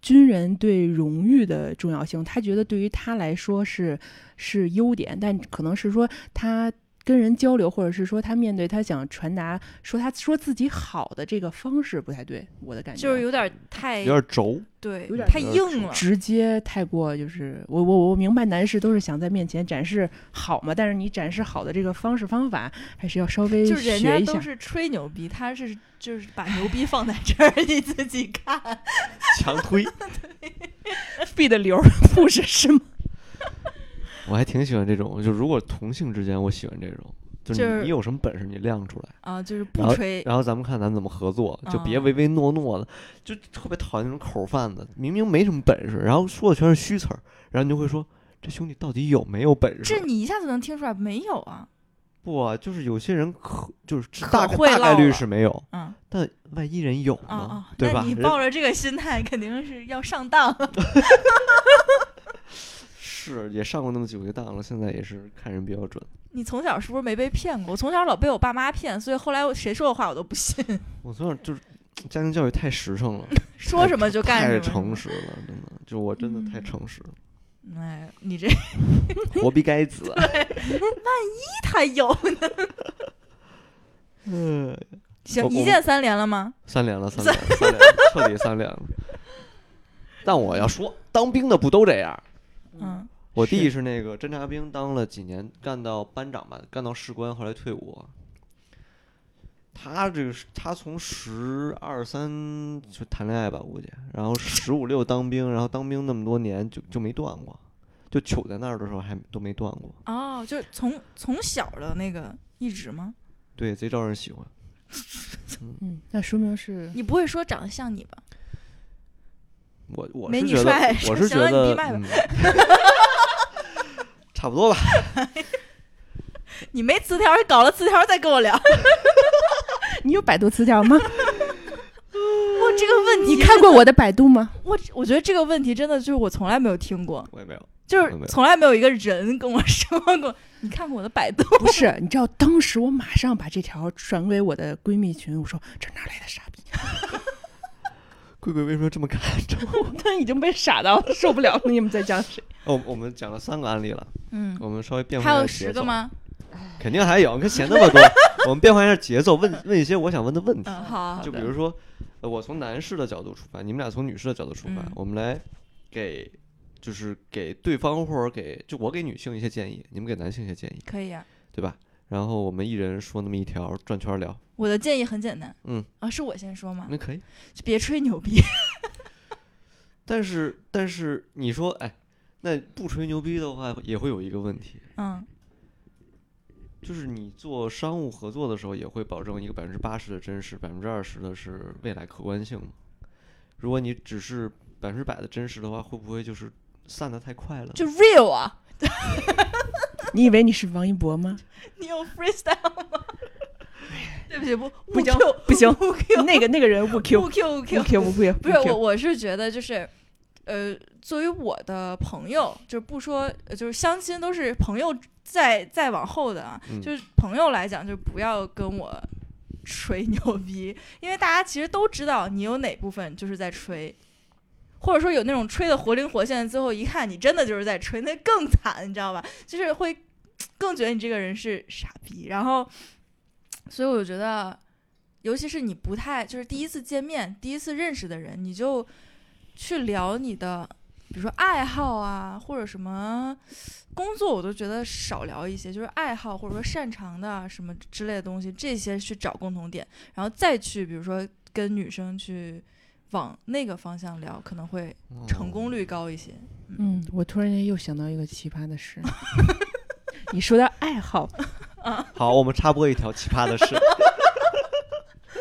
S3: 军人对荣誉的重要性，他觉得对于他来说是是优点，但可能是说他跟人交流，或者是说他面对他想传达说他说自己好的这个方式不太对，我的感觉
S1: 就是有点太
S2: 有点轴，
S1: 对，
S3: 有点
S1: 太
S2: 有点
S1: 硬了。
S3: 直接太过，就是我我我明白男士都是想在面前展示好嘛，但是你展示好的这个方式方法还是要稍微
S1: 就是人
S3: 学
S1: 家
S3: 一
S1: 都
S3: 下。
S1: 是 吹牛逼，他是就是把牛逼放在这儿， 你自己看。
S2: 强推。
S3: B 的流不是是吗？
S2: 我还挺喜欢这种，就如果同性之间，我喜欢这种，就是
S1: 就是
S2: 你你有什么本事你亮出来，
S1: 啊，就是
S2: 然
S1: 不
S2: 后
S1: 吹，
S2: 然后咱们看咱们怎么合作，就别
S1: 嗯
S2: 唯唯诺诺的，就特别讨厌那种口贩子，明明没什么本事，然后说的全是虚词儿，然后你就会说这兄弟到底有没有本
S1: 这
S2: 事？
S1: 你一下子能听出来没有啊？
S2: 不啊，就是有些人可就是
S1: 可
S2: 大概
S1: 会
S2: 大概
S1: 唠
S2: 率
S1: 了
S2: 是没有，
S1: 嗯
S2: 但万一人有呢，
S1: 啊啊，
S2: 对
S1: 那
S2: 吧？
S1: 你
S2: 人
S1: 抱着这个心态，肯定是要上当。
S2: 是也上过那么几回当了，现在也是看人比较准。
S1: 你从小是不是没被骗过？我从小老被我爸妈骗，所以后来我谁说的话我都不信，
S2: 我从小就是家庭教育太实诚了，
S1: 说什么就干什
S2: 太
S1: 么。
S2: 诚实了，真的，就我真的太
S1: 嗯
S2: 诚实了，
S1: 哎，你这
S2: 活逼该死。 啊
S1: 太有
S2: 嗯，
S1: 行
S2: 我，
S1: 一
S2: 我
S1: 键三连了吗？
S2: 三连了，三连 了，三连了，彻底三连了。但我要说，当兵的不都这样？
S1: 嗯，
S2: 我
S3: 是
S2: 弟是那个侦察兵，当了几年，干到班长吧，干到士官，后来退伍。他这个是他从十二三就谈恋爱吧，估计，然后十五六当兵，然后当兵那么多年就就没断过，就糗在那儿的时候还都没断过。
S1: 哦，就是从从小的那个一直吗？
S2: 对，贼招人喜欢。
S3: 嗯，那说明是
S1: 你不会说长得像你吧？
S2: 我我
S1: 没
S2: 是
S1: 你
S2: 觉得
S1: 帅，
S2: 我是觉
S1: 行了你
S2: 得
S1: 闭麦吧
S2: 嗯 差不多吧。
S1: 你没词条，搞了词条再跟我 聊。哇，
S3: 你有百度词 条吗？
S1: 这个问题，
S3: 你看过我的百度吗？
S1: 我我觉得这个问题真的就是我从来没有听过，
S2: 我也没有。
S1: 就
S2: 没
S1: 是
S2: 有
S1: 从来没有一个人跟我 说过。你看过我的百度？
S3: 不是，你知道当时我马上把这条转给我的闺蜜群，我说这哪来的傻逼？
S2: 贵贵为什么这么看着我？
S3: 他已经被傻到受不了了，你们在讲谁？
S2: 哦，我们讲了三个案例了，
S1: 嗯，
S2: 我们稍微变
S1: 还
S2: 换一下
S1: 有
S2: 节
S1: 十个
S2: 奏？
S1: 吗？
S2: 肯定还有，你看写那么 多，我们变换一下节奏，问问一些我想问的问题。
S1: 嗯，好，好
S2: 就比
S1: 的
S2: 如说，呃我从男士的角度出发，你们俩从女士的角度出发，
S1: 嗯
S2: 我们来给就是给对方或者给就我给女性一些建议，你们给男性一些建议，
S1: 可以啊。
S2: 对吧？然后我们一人说那么一条，转圈儿聊。
S1: 我的建议很简单，
S2: 嗯，
S1: 啊，是我先说吗？
S2: 那可以。
S1: 就别吹牛 逼，
S2: 但是但是你说，哎，那不吹牛逼的话，也会有一个问题，
S1: 嗯，
S2: 就是你做商务合作的时候，也会保证一个百分之八十的真实，百分之二十的是未来可观性嘛。如果你只是百分之百的真实的话，会不会就是散得太快了呢？
S1: 就 real 啊，
S3: 你以为你是王一博吗？
S1: 你有 freestyle 吗？ 对不起，不
S3: 不行
S1: Q
S3: 不行
S1: 不 Q
S3: 那个那个人不 Q
S1: 不 Q 不
S3: 不
S1: Q，
S3: Q 不 Q，
S1: 不是我，我是觉得就是，呃，作为我的朋友，就是不说，呃就是相亲都是朋友再再往后的啊，
S2: 嗯
S1: 就是朋友来讲，就不要跟我吹 牛逼，因为大家其实都知道你有哪部分就是在吹。或者说有那种吹的活灵活现，最后一看你真的就是在吹，那更惨，你知道吧？就是会更觉得你这个人是傻逼。然后，所以我觉得尤其是你不太就是第一次见面、第一次认识的人，你就去聊你的，比如说爱好啊，或者什么工作，我都觉得少聊一些，就是爱好或者说擅长的啊什么之类的东西，这些去找共同点，然后再去比如说跟女生去往那个方向聊，可能会
S2: 嗯
S1: 成
S2: 哦
S1: 功率高一些。
S3: 嗯，我突然间又想到一个奇葩的 事。你说的爱好，
S2: 好，我们插播一条奇葩 的事。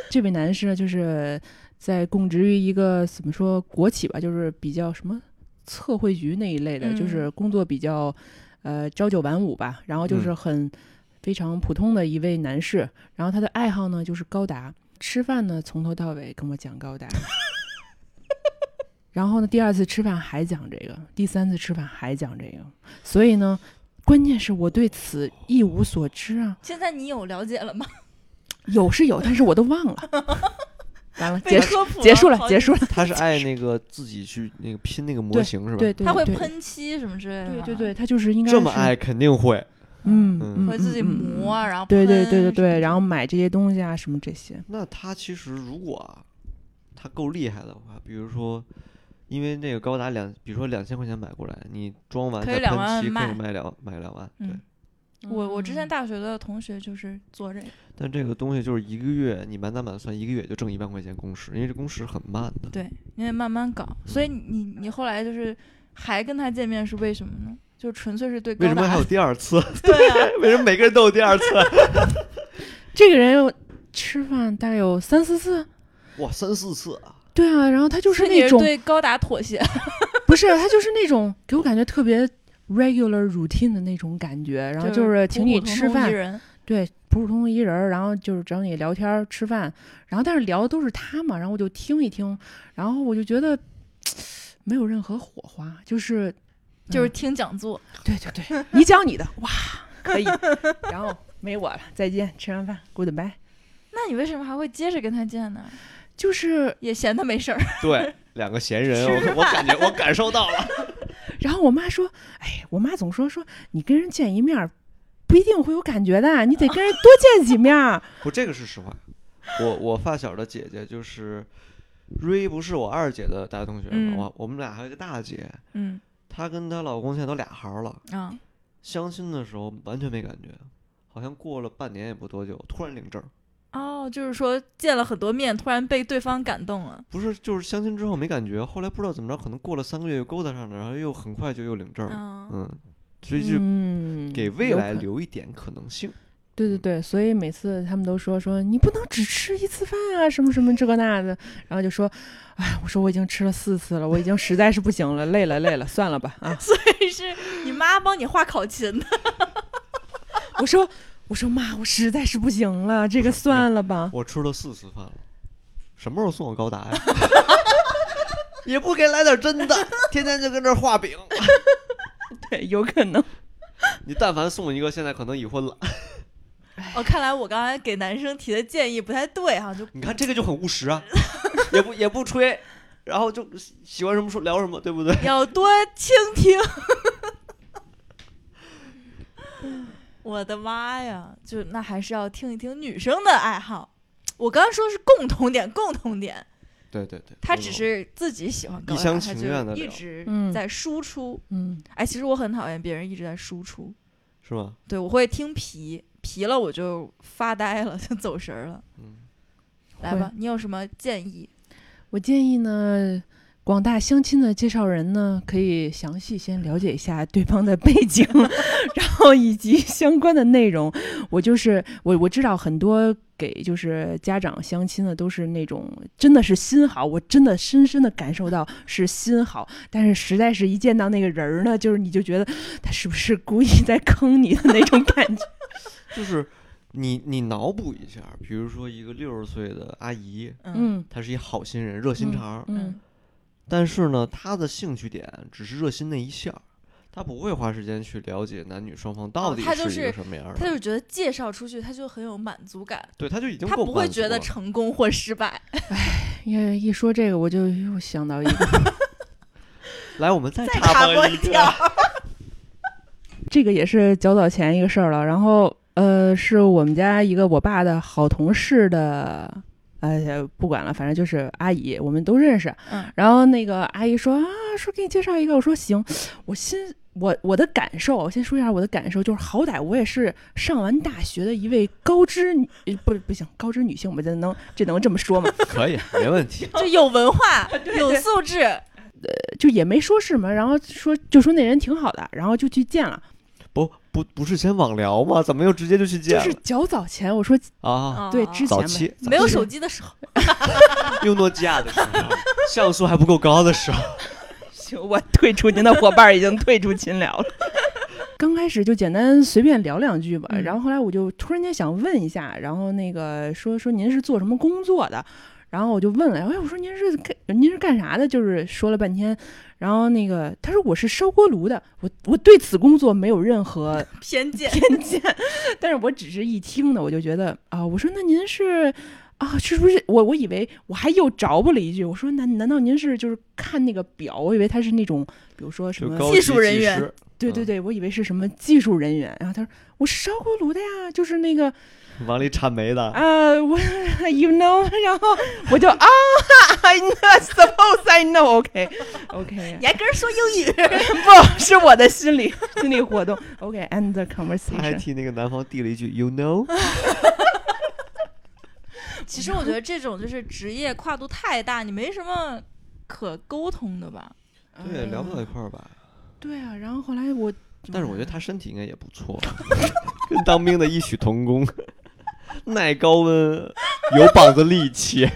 S3: 这位男士呢，就是在供职于一个怎么说国企吧，就是比较什么测绘局那一类的，
S1: 嗯
S3: 就是工作比较呃朝九晚五吧，然后就是
S2: 嗯
S3: 很、非常普通的一位男士，然后他的爱好呢就是高达，吃饭呢从头到尾跟我讲高达。然后呢，第二次吃饭还讲这个，第三次吃饭还讲这个，所以呢，关键是我对此一无所知啊，
S1: 现在你有了解了吗？
S3: 有是有，但是我都忘了。 完了，
S1: 被
S3: 结束
S1: 科普
S3: 结束了，结
S1: 束。
S3: 束了。
S2: 他是爱那个自己去那个拼那个模型是吧？
S3: 对，对，
S1: 他会
S3: 对，
S1: 喷漆什么之类的吗，
S3: 对对对，他就是应该
S2: 这么
S3: 是
S2: 爱，肯定会。
S3: 嗯
S2: 嗯
S3: 嗯，
S1: 会自己
S3: 嗯嗯
S1: 磨，啊
S3: 嗯
S1: 然后
S3: 对对
S1: 喷
S3: 对对对，
S1: 什
S3: 然后买这些东西啊，什么这些，
S2: 那他其实如果啊他够厉害的话，比如说，因为那个高达两，比如说两千块钱买过来，你装完
S1: 可以
S2: 再
S1: 两万
S2: 喷漆可
S1: 卖
S2: 以卖两买两万，对。
S1: 嗯么的我我之
S3: 嗯
S1: 前大学的同学就是做这个，
S2: 但这个东西就是一个月，你满打满算一个月就挣一万块钱工时，因为这工时很慢的。
S1: 对，你得慢慢搞。所以你你后来就是还跟他见面是为什么呢？就纯粹是对
S2: 为
S1: 高
S2: 什么还
S1: 达
S2: 有，第二次？
S1: 对啊，
S2: 为什么每个人都有第二次？
S3: 嗯这个人吃饭大概有三四次，
S2: 哇，三四次啊！
S3: 对啊，然后 他就
S1: 所
S3: 是
S1: 以你
S3: 那
S1: 是
S3: 种
S1: 对高达妥协，
S3: 不是他就是那种给我感觉特别 regular routine 的那种感觉，然后就是是请你
S1: 普普通
S3: 吃
S1: 通
S3: 饭
S1: 一，人
S3: 对，普普通通一人儿，然后就是找你聊天儿、吃饭，然后但是聊的都是他嘛，然后我就听一听，然后我就觉得没有任何火花，就是
S1: 就是
S3: 嗯
S1: 听讲座，
S3: 对对对，你讲你的，哇，可以，然后没我了，再见，吃完饭，goodbye，
S1: 那你为什么还会接着跟他见呢？
S3: 就是，
S1: 也嫌他没事 儿，
S2: 对，两个闲人，
S1: 吃
S2: 我我感觉我感受到了。
S3: 然后我妈说，哎，我妈总说说你跟人见一面儿不一定会有感觉的，你得跟人多见几面儿，
S2: 不，这个是实话。我我发小的姐姐就是瑞，不是我二姐的大学同学嘛，
S1: 嗯
S2: 我我们俩还有一个大姐，
S1: 嗯
S2: 她跟她老公现在都俩孩儿了。
S1: 啊，
S2: 相亲的时候完全没感觉，好像过了半年也不多久，突然领证儿。
S1: 哦，就是说见了很多面，突然被对方感动了，
S2: 不是，就是相亲之后没感觉，后来不知道怎么着，可能过了三个月又勾搭上了，然后又很快就又领证儿了。
S1: 嗯，
S2: 嗯，所 以就
S3: 嗯
S2: 给未
S3: 有
S2: 来
S3: 可
S2: 留一点可能性。
S3: 对对对，所以每次他们都说说你不能只吃一次饭啊，什么什么这个那的，然后就说，哎，我说我已经吃了四次了，我已经实在是不行了，累了累了，算了吧 啊！
S1: 这是你妈帮你画考勤的，
S3: 我说我说妈，我实在是不行了，这个算了吧。
S2: 我吃了四次饭了，什么时候送我高达呀？ 也不给来点真的，天天就跟这儿画饼。
S3: 对，有可能。
S2: 你但凡送一个，现在可能已婚了。
S1: 哦，看来我刚才给男生提的建议不太对哈，就
S2: 你看这个就很务实啊，也不也不吹，然后就喜喜欢什么说聊什么，对不对？
S1: 要多倾听。 我的妈呀！就那还是要听一听女生的爱好。我刚刚说是共同点，共同点，
S2: 对对对，
S1: 她只是自己喜欢高
S2: 嗯一
S1: 达，
S2: 厢
S1: 她
S2: 情愿
S1: 就
S2: 地
S1: 一
S2: 聊
S1: 直
S3: 嗯
S1: 在输出。
S3: 嗯，
S1: 哎，其实我很讨厌别人一直在输出，
S2: 是吗？
S1: 对我会听疲，疲了我就发呆了， 就走神儿了。
S2: 嗯，
S1: 来吧，你有什么建议？
S3: 我建议呢，广大相亲的介绍人呢，可以详细先了解一下对方的背景， 然后以及相关的内容。我就是我我知道很多给就是家长相亲的都是那种真的是心好，我真的深深的感受到是心好，但是实在是一见到那个人儿呢，就是你就觉得他是不是故意在坑你的那种感觉。
S2: 就是你你脑补一下，比如说一个六十岁的阿姨，
S1: 嗯
S3: 嗯
S2: 她是一好心人，热心
S3: 嗯
S2: 肠儿，
S3: 嗯
S2: 但是呢，她的兴趣点只是热心那一下儿，她不会花时间去了解男女双方到
S1: 哦
S2: 底
S1: 她就是
S2: 一个什么样儿的。
S1: 他就觉得介绍出去，他就很有满足感，
S2: 对，她就已经
S1: 他
S2: 够
S1: 不会
S2: 满
S1: 觉
S2: 足
S1: 得
S2: 了
S1: 成功或失败。
S3: 因为一说这个，我就又想到一个，
S2: 来，我们再
S1: 再
S2: 插
S1: 插
S2: 播
S1: 播
S2: 一
S1: 一
S2: 个
S1: 条
S3: 这个也是较早前一个事儿了。然后呃，是我们家一个我爸的好同事的，呃，不管了，反正就是阿姨，我们都认识。
S1: 嗯
S3: 然后那个阿姨说啊，说给你介绍一个，我说行，我心。我我的感受，我先说一下我的感受，就是好歹我也是上完大学的一位高知女，呃不不行，高知女性，我们这能这能这么说吗？
S2: 可以，没问题。
S1: 就有文 化，有素质，
S3: 就也没说什么，然后说就说那人挺好的，然后就去见了。
S2: 不不不是先网聊吗？怎么又直接就去见
S3: 就
S2: 了、
S3: 是较早前我说
S1: 啊
S2: 啊？
S3: 对之前
S2: 早
S3: 嘛
S2: 期
S1: 没有
S3: 期
S1: 手机的时候，
S2: 用诺基亚的时候，像素还不够高的时候，
S3: 行，我退出您的伙伴已经退出群聊了。 刚开始就简单随便聊两句吧，
S1: 嗯
S3: 然后后来我就突然间想问一下，然后那个说说您是做什么工作的，然后我就问了，哎，我说您是干您是干啥的？就是说了半天，然后那个他说我是烧锅炉的，我我对此工作没有任何
S1: 偏 见。
S3: 偏见，但是我只是一听呢，我就觉得啊、我说那您是啊，是不是我我以为我还又着不了一句，我说难难道您是就是看那个表，我以为他是那种比如说什
S2: 就
S3: 么，
S2: 高
S1: 技
S2: 级
S1: 术人
S2: 技
S1: 员
S2: 师
S3: 对对对，我以为是什么技术人员，然后他说我是烧锅炉的呀，就是那个
S2: 往里铲煤的。
S3: 啊、 我 you know，然后我就啊、i know, suppose I know, OK OK，
S1: 你还跟人说英语，
S3: 不是我的心 理心理活动，OK，end、the
S2: 他还
S3: conversation。
S2: 替那个男方递了一句 “You
S1: 啊
S2: know”，
S1: 其实我觉得这种就是职业跨度太大，你没什么可沟通的吧？
S2: 对，聊不到
S3: 嗯
S2: 一块儿吧。
S3: 对啊，然后后来我，
S2: 但是我觉得他身体应该也不错， 跟当兵的异曲同工，耐高温，有膀子力 气。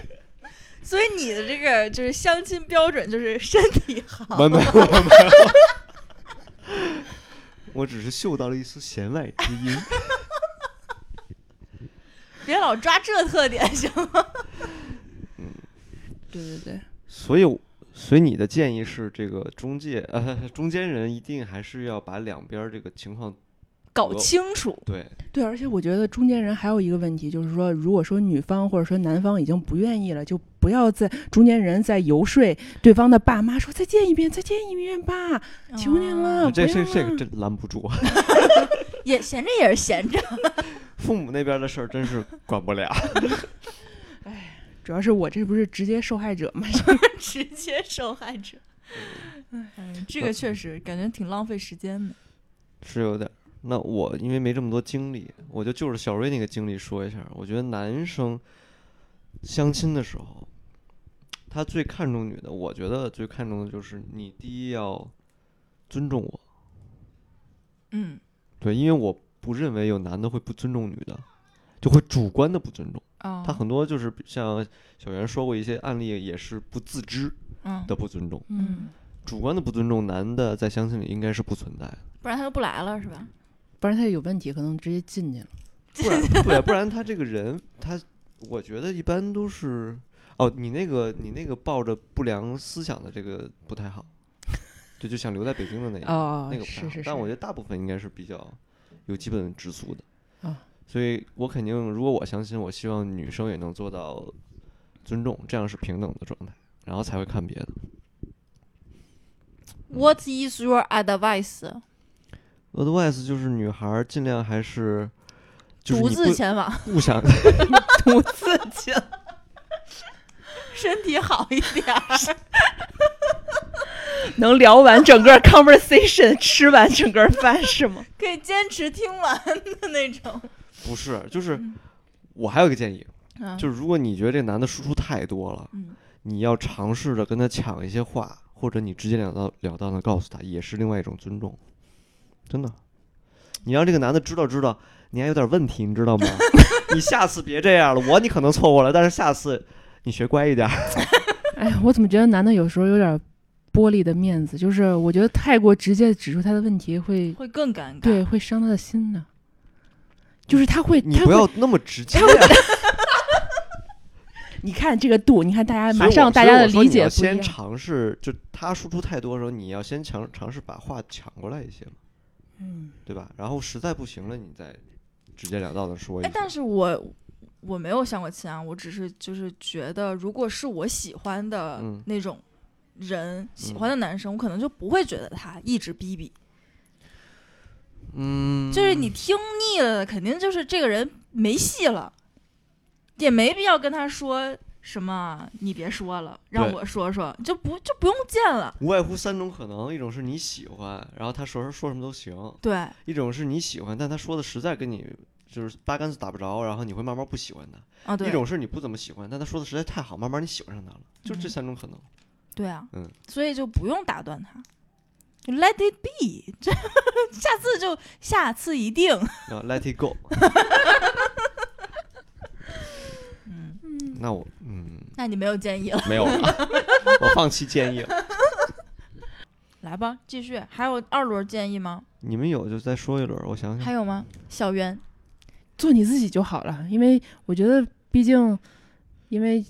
S1: 所以你的这个就是相亲标准就是身体好，
S2: 没有没有，没有我只是嗅到了一丝弦外之音。
S1: 别老抓这特点行吗？
S3: 对对对，
S2: 所以我，所以你的建议是，这个中介呃中间人一定还是要把两边儿这个情况
S1: 搞清楚，
S2: 对
S3: 对，而且我觉得中间人还有一个问题，就是说，如果说女方或者说男方已经不愿意了，就不要再中间人再游说对方的爸妈说再见一遍，再见一遍吧，求您
S1: 嗯，
S3: 了，
S2: 这
S3: 不
S2: 这
S3: 要
S2: 这个
S3: 了
S2: 真拦不住，
S1: 也闲着也是闲着，
S2: 父母那边的事儿真是管不了。
S3: 主要是我这不是直接受害者嘛，
S1: 直接受害者。嗯，这个确实感觉挺浪费时间的。
S2: 是有点儿。那我因为没这么多经历，我就就着小瑞那个经历说一下儿。我觉得男生相亲的时候，他最看重女的，我觉得最看重的就是你第一要尊重我，
S1: 嗯
S2: 对，因为我不认为有男的会不尊重女的，就会主观的不尊重。
S1: 哦，
S2: 他很多就是比像小袁说过一些案例，也是不自知
S1: 嗯
S2: 的不尊重，
S1: 嗯，
S2: 主观的不尊重，男的在相亲里应该是不存在的。
S1: 不然他就不来了是吧？
S3: 不然他有问题可能直接进去了。
S2: 不然 对，不然他这个人，他我觉得一般都是哦，你那个你那个抱着不良思想的这个不太好， 对，就想留在北京的那一个、
S3: 哦
S2: 那个，不太
S3: 是
S2: 好，
S3: 是是，
S2: 但我觉得大部分应该是比较有基本质素的
S3: 啊
S2: 所以我肯定如果我相信，我希望女生也能做到尊重，这样是平等的状态，然后才会看别的。
S1: What is your advice？
S2: Otherwise 就是女孩儿尽量还是就是
S1: 独
S2: 你
S1: 自前 往，
S2: 不不 想
S3: 独自进，
S1: 身体好一点儿。
S3: 能聊完整个 conversation，吃 完整个饭是吗？
S1: 可以坚持听完的那种。
S2: 不
S3: 嗯
S2: 是就是我还有一个建议，
S1: 嗯
S2: 啊就是如果你觉得这男的输出太多了，
S1: 嗯
S2: 你要尝试着跟他抢一些话，或者你直截了当了当的告诉他，也是另外一种尊重。真的，你让这个男的知道知道，你还有点问题，你知道 吗？你下次别这样了，我你可能错过了，但是下次你学乖一点。
S3: 哎呀，我怎么觉得男的有时候有点玻璃的面子，就是我觉得太过直接指出他的问题会
S1: 会更尴尬。
S3: 对会伤他的心呢。就是他会，
S2: 你
S3: 他
S2: 不
S3: 会
S2: 要那么直接啊。
S3: 你看这个度，你看大家
S2: 所以
S3: 马
S2: 我
S3: 上大
S2: 所以
S3: 家的
S2: 我说
S3: 理
S2: 你
S3: 解
S2: 要
S3: 不一样
S2: 先。尝试，就他输出太多的时候，你要先尝尝试把话抢过来一些嘛，
S3: 嗯，
S2: 对吧？然后实在不行了，你再直截了当的说一
S1: 哎
S2: 下。，
S1: 但是我我没有相过亲啊，我只是就是觉得，如果是我喜欢的
S2: 嗯
S1: 那种人，喜欢的男生，我可能就不会觉得他一直逼逼。
S2: 嗯，
S1: 就是你听腻了，肯定就是这个人没戏了，也没必要跟他说什么你别说了，让
S2: 对
S1: 我说说，就不就不用见了。
S2: 无外乎三种可能：一种是你喜欢，然后他说说什么都行；
S1: 对，
S2: 一种是你喜欢，但他说的实在跟你就是八竿子打不着，然后你会慢慢不喜欢他；
S1: 啊对
S2: 一，种是你不怎么喜欢，但他说的实在太好，慢慢你喜欢上他了。就
S1: 嗯
S2: 这三种可能。
S1: 对啊，
S2: 嗯
S1: 所以就不用打断他。就 Let it be，这 下次就下次一定。
S2: 啊，Let it go。
S1: 嗯，
S2: 那我嗯
S1: 那你没有建议了，
S2: 没有了，
S1: 嗯
S2: 我放弃建议了。
S1: 来吧，继续。还有二轮建议吗？
S2: 你们有就再说一轮，我想想
S1: 还。有吗？小袁，
S3: 做你自己就好了，因为我觉得，毕竟，因为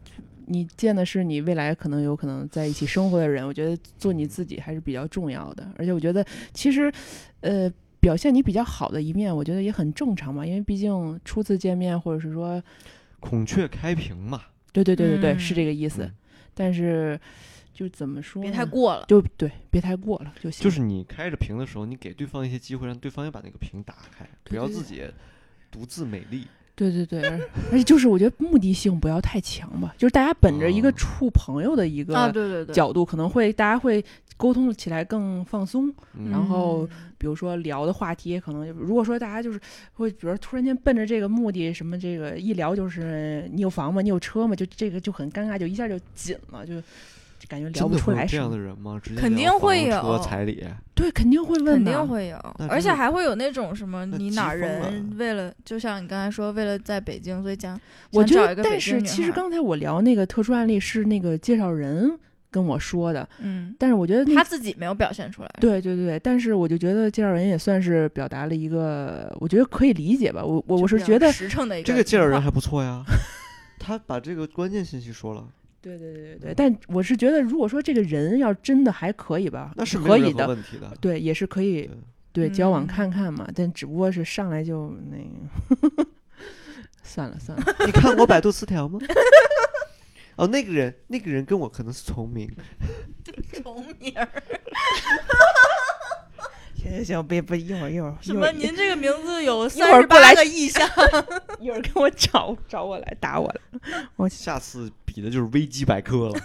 S3: 你见的是你未来可能有可能在一起生活的人，我觉得做你自己还是比较重要的。而且我觉得，其实，呃，表现你比较好的一面，我觉得也很正常嘛，因为毕竟初次见面，或者是说，
S2: 孔雀开屏嘛，
S3: 对对对对对，
S1: 嗯
S3: 是这个意思。
S2: 嗯
S3: 但是，就怎么说呢？
S1: 别太过了。
S3: 就对，别太过了就行。
S2: 就是你开着屏的时候，你给对方一些机会，让对方也把那个屏打开，不
S3: 对
S2: 要
S3: 对
S2: 自
S3: 对
S2: 己独自美丽。
S3: 对对对，而而且就是我觉得目的性不要太强吧，就是大家本着一
S2: 哦
S3: 个处朋友的一个
S1: 啊，对对对，
S3: 角度，可能会大家会沟通起来更放松。
S2: 嗯
S3: 然后
S1: 嗯
S3: 比如说聊的话题，可能就如果说大家就是会，比如说突然间奔着这个目的，什么这个一聊就是你有房吗？你有车吗？就这个就很尴尬，就一下就紧了，就就感觉聊
S2: 真
S3: 不
S2: 的
S3: 出
S2: 会有
S3: 来
S2: 这
S3: 什
S2: 样
S3: 么
S2: 的。人吗？直接
S1: 肯
S2: 聊
S1: 定
S2: 房
S1: 会
S2: 车
S1: 有
S2: 彩礼，
S3: 对，肯定会问
S1: 肯
S3: 的，啊
S1: 定会有，
S2: 那
S1: 而
S2: 真
S1: 且
S2: 是
S1: 还会有那种什么
S2: 那
S1: 你
S2: 急
S1: 哪
S2: 疯
S1: 人
S2: 了
S1: 为了，就像你刚才说，为了在北京，所以讲想
S3: 我觉
S1: 找
S3: 得
S1: 一，个北京
S3: 但是
S1: 女
S3: 其实
S1: 孩儿
S3: 刚才我聊那个特殊案例是那个介绍人跟我说的，
S1: 嗯，
S3: 但是我觉得那
S1: 他自己没有表现出来，
S3: 对对对，但是我就觉得介绍人也算是表达了一个，我觉得可以理解吧。我我
S1: 就
S3: 我是
S1: 比较
S3: 觉得，
S1: 实诚的一
S2: 这个介绍人
S3: 啊
S1: 话
S2: 还不错 呀，他把这个关键信息说了，
S3: 对对对对对，但我是觉得，如果说这个人要真的还可以吧，
S2: 那是没
S3: 可
S2: 有
S3: 以
S2: 任何
S3: 的，
S2: 问题的。
S3: 对，也是可以
S2: 对
S3: 对交往
S1: 嗯
S3: 看看嘛。但只不过是上来就那个， 算了算了，
S2: 你看过百度词条吗？ 哦，那个人，那个人跟我可能是重名，
S1: 重名儿，
S3: 行行行，别别一会儿一会儿
S1: 什么？您这个名字有
S3: 一会
S1: 三
S3: 儿
S1: 十
S3: 过
S1: 八
S3: 来
S1: 个意象，
S3: 一会儿跟我找找我来打我来。
S2: 下次比的就是维基百科了。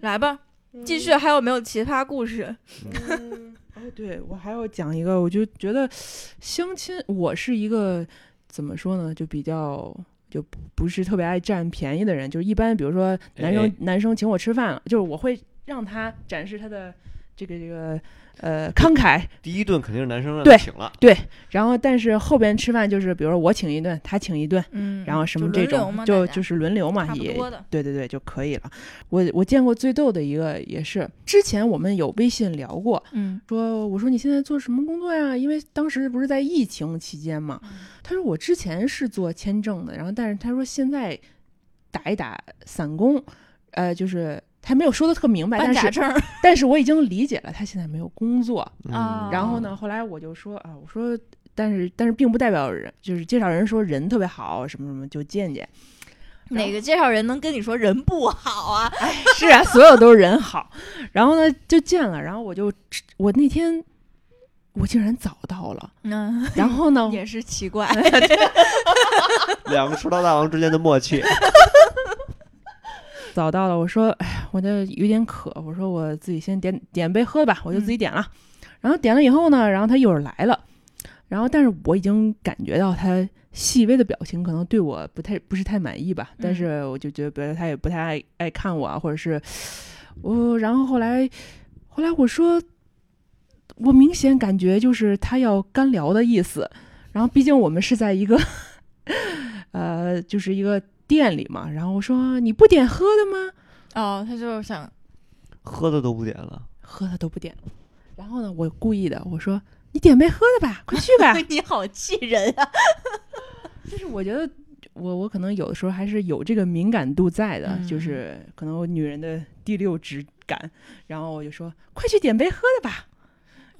S1: 来吧，继续，还有没有奇葩故事？
S3: 嗯，哦，对我还要讲一个，我就觉得相亲，我是一个怎么说呢，就比较就不不是特别爱占便宜的人，就是一般比如说男生
S2: 哎哎
S3: 男生请我吃饭了，就是我会让他展示他的这个这个呃慷慨，
S2: 第一顿肯定是男生让
S3: 对
S2: 他请了，
S3: 然后但是后边吃饭就是比如说我请一顿，他请一顿，
S1: 嗯，
S3: 然后什么
S1: 就
S3: 这
S1: 轮流
S3: 种
S1: 嘛大
S3: 就
S1: 家
S3: 就是轮流嘛
S1: 差，不
S3: 也
S1: 多的，
S3: 对对对就可以了。我我见过最逗的一个也是之前我们有微信聊过，
S1: 嗯，
S3: 说我说你现在做什么工作呀？因为当时不是在疫情期间嘛。他说我之前是做签证的，然后但是他说现在打一打散工，呃，就是他没有说的特明白，
S1: 办
S3: 但
S1: 假
S3: 是
S1: 证儿
S3: 但是我已经理解了，他现在没有工作。
S2: 哦嗯
S1: 啊
S3: 然后呢，后来我就说啊，我说但是但是并不代表人，就是介绍人说人特别好什么什么就见见。然
S1: 哪
S3: 后
S1: 个介绍人能跟你说人不好啊？
S3: 是啊，所有都是人好。然后呢就见了，然后我就我那天我竟然早到了。
S1: 嗯，，
S3: 然后 呢
S1: 也是奇 怪，
S2: 两个出道大王之间的默契，
S3: 早到了，我说，哎，我这有点渴，我说我自己先点点杯喝吧，我就自己点了。然后点了以后呢，然后他一会儿来了，然后，但是我已经感觉到他细微的表情可能对我不太不是太满意吧，但
S1: 嗯
S3: 是我就觉得，比如他也不太爱爱看我啊，或者是我，然后后来后来我说，我明显感觉就是他要干聊的意思，然后毕竟我们是在一个 呃，就是一个店里嘛，然后我说你不点喝的吗？
S1: 哦，他就是想
S2: 喝的都不点了，
S3: 喝的都不点，然后呢，我故意的我说你点杯喝的 吧，快去吧，
S1: 你好气人啊！
S3: 就是我觉得我我可能有的时候还是有这个敏感度在的，
S1: 嗯
S3: 就是可能我女人的第六直感，然后我就说快去点杯喝的吧，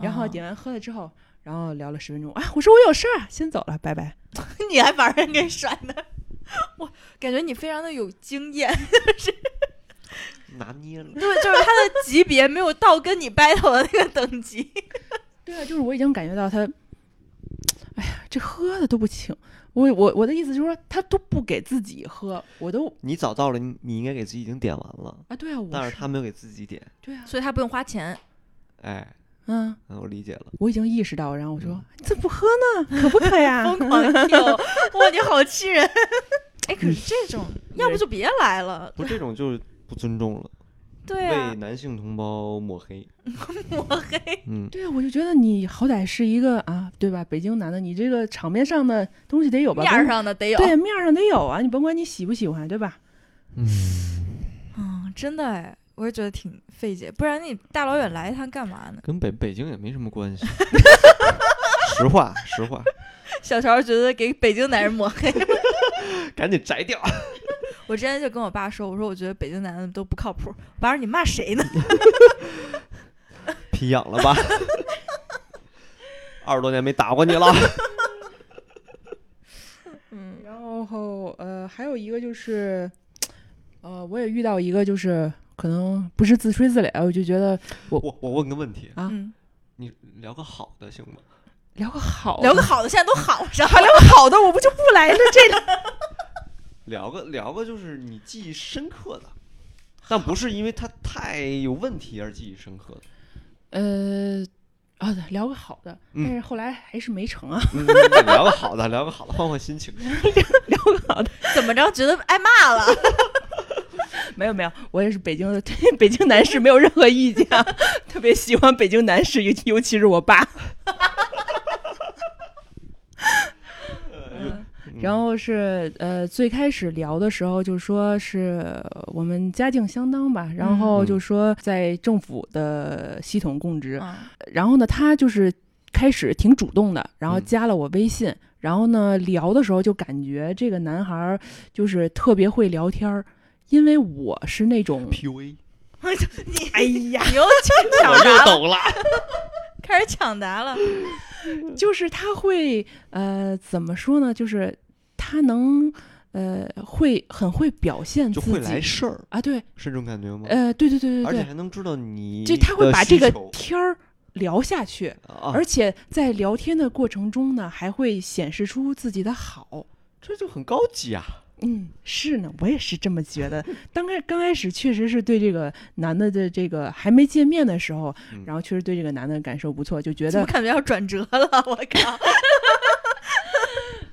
S3: 然后
S1: 哦
S3: 点完喝了之后，然后聊了十分钟啊，我说我有事儿，先走了，拜拜。
S1: 你还把人给甩那 儿，我感觉你非常的有经验，
S2: 拿捏了。
S1: 对，就是他的 级别没有到跟你 battle 的那个等级。
S3: 对啊，就是我已经感觉到他，哎呀，这喝的都不请。我我我的意思就是说，他都不给自己喝，我都
S2: 你早到了，你你应该给自己已经点完了，
S3: 啊，对啊，我
S2: 但嗯是他没有给自己点。
S3: 对啊，
S1: 所以他不用花钱，
S2: 哎，
S3: 嗯，
S2: 嗯我理解 了。
S3: 我已经意识到，然后我说、
S2: 嗯
S3: 你怎么不喝呢？可不可 呀？
S1: 疯狂 Q，哇，你好气人！ 哎，可是这种，要不就别来了。
S2: 不，这种就是不尊重了，
S1: 对啊
S2: 为，男性同胞抹 黑。
S1: 抹黑。
S2: 嗯，
S3: 对啊，我就觉得你好歹是一个啊，对吧？北京男的，你这个场面上的东西得有吧？
S1: 面儿
S3: 甭
S1: 上的得有，
S3: 对面儿上得有啊，你甭管你喜不喜欢，对吧？
S1: 嗯，真的哎，我也觉得挺费解，不然你大老远来一趟干嘛呢？
S2: 跟北北京也没什么关 系。实话，实话，
S1: 小乔觉得给北京男人抹黑，
S2: 赶紧摘掉。
S1: 我之前就跟我爸说，我说我觉得北京男的都不靠谱，我爸说你骂谁呢？
S2: 皮痒了吧？二十多年没打过你 了。
S1: 嗯，
S3: 然后呃，还有一个就是，呃，我也遇到一个就是可能不是自吹自擂，啊我就觉得
S2: 我我问个问题，
S3: 啊
S1: 嗯，
S2: 你聊个好的行吗？
S3: 聊个好的，
S1: 聊个好的，现在都好 上了。
S3: 聊个好的，我不就不来了这个
S2: 聊个聊个就是你记忆深刻的，但不是因为它太有问题而记忆深刻的。
S3: 呃。啊，聊个好的，
S2: 嗯
S3: 但是后来还是没成啊。
S2: 嗯聊个好的，聊个好的，换换心情。
S3: 聊个好的，
S1: 怎么着？觉得挨骂了？
S3: 没有没有，我也是北京的， 对北京男士没有任何意见啊， 特别喜欢北京男士，尤尤其是我爸。 嗯然后是呃，最开始聊的时候就说是呃我们家境相当吧，然后
S2: 嗯
S3: 就说在政府的系统供职，
S1: 嗯
S3: 然后呢，他就是开始挺主动的，然后
S2: 嗯
S3: 加了我微信，然后呢聊的时候就感觉这个男孩儿就是特别会聊天儿，因为我是那种
S2: PUA，
S1: 你
S3: 哎呀，
S1: 你又去抢
S2: 我又
S1: 答了，
S2: 懂了。
S1: 开始抢答 了。
S3: 就是他会呃怎么说呢，就是他能呃会很会表现
S2: 就
S3: 自
S2: 会来
S3: 己。
S2: 事儿，
S3: 啊，对，
S2: 是这种感觉吗？
S3: 呃，对对对对对，
S2: 而且还能知道你
S3: 就
S2: 的
S3: 他会把这
S2: 需
S3: 个
S2: 求
S3: 天儿聊下去，
S2: 啊，
S3: 而且在聊天的过程中呢，还会显示出自己的好。
S2: 这就很高级啊。
S3: 嗯，是呢，我也是这么觉得。刚开刚开始确实是对这个男的的这个还没见面的时候，
S2: 嗯
S3: 然后确实对这个男的感受不错，就觉
S1: 怎
S3: 得
S1: 么感觉要转折了？ 我靠！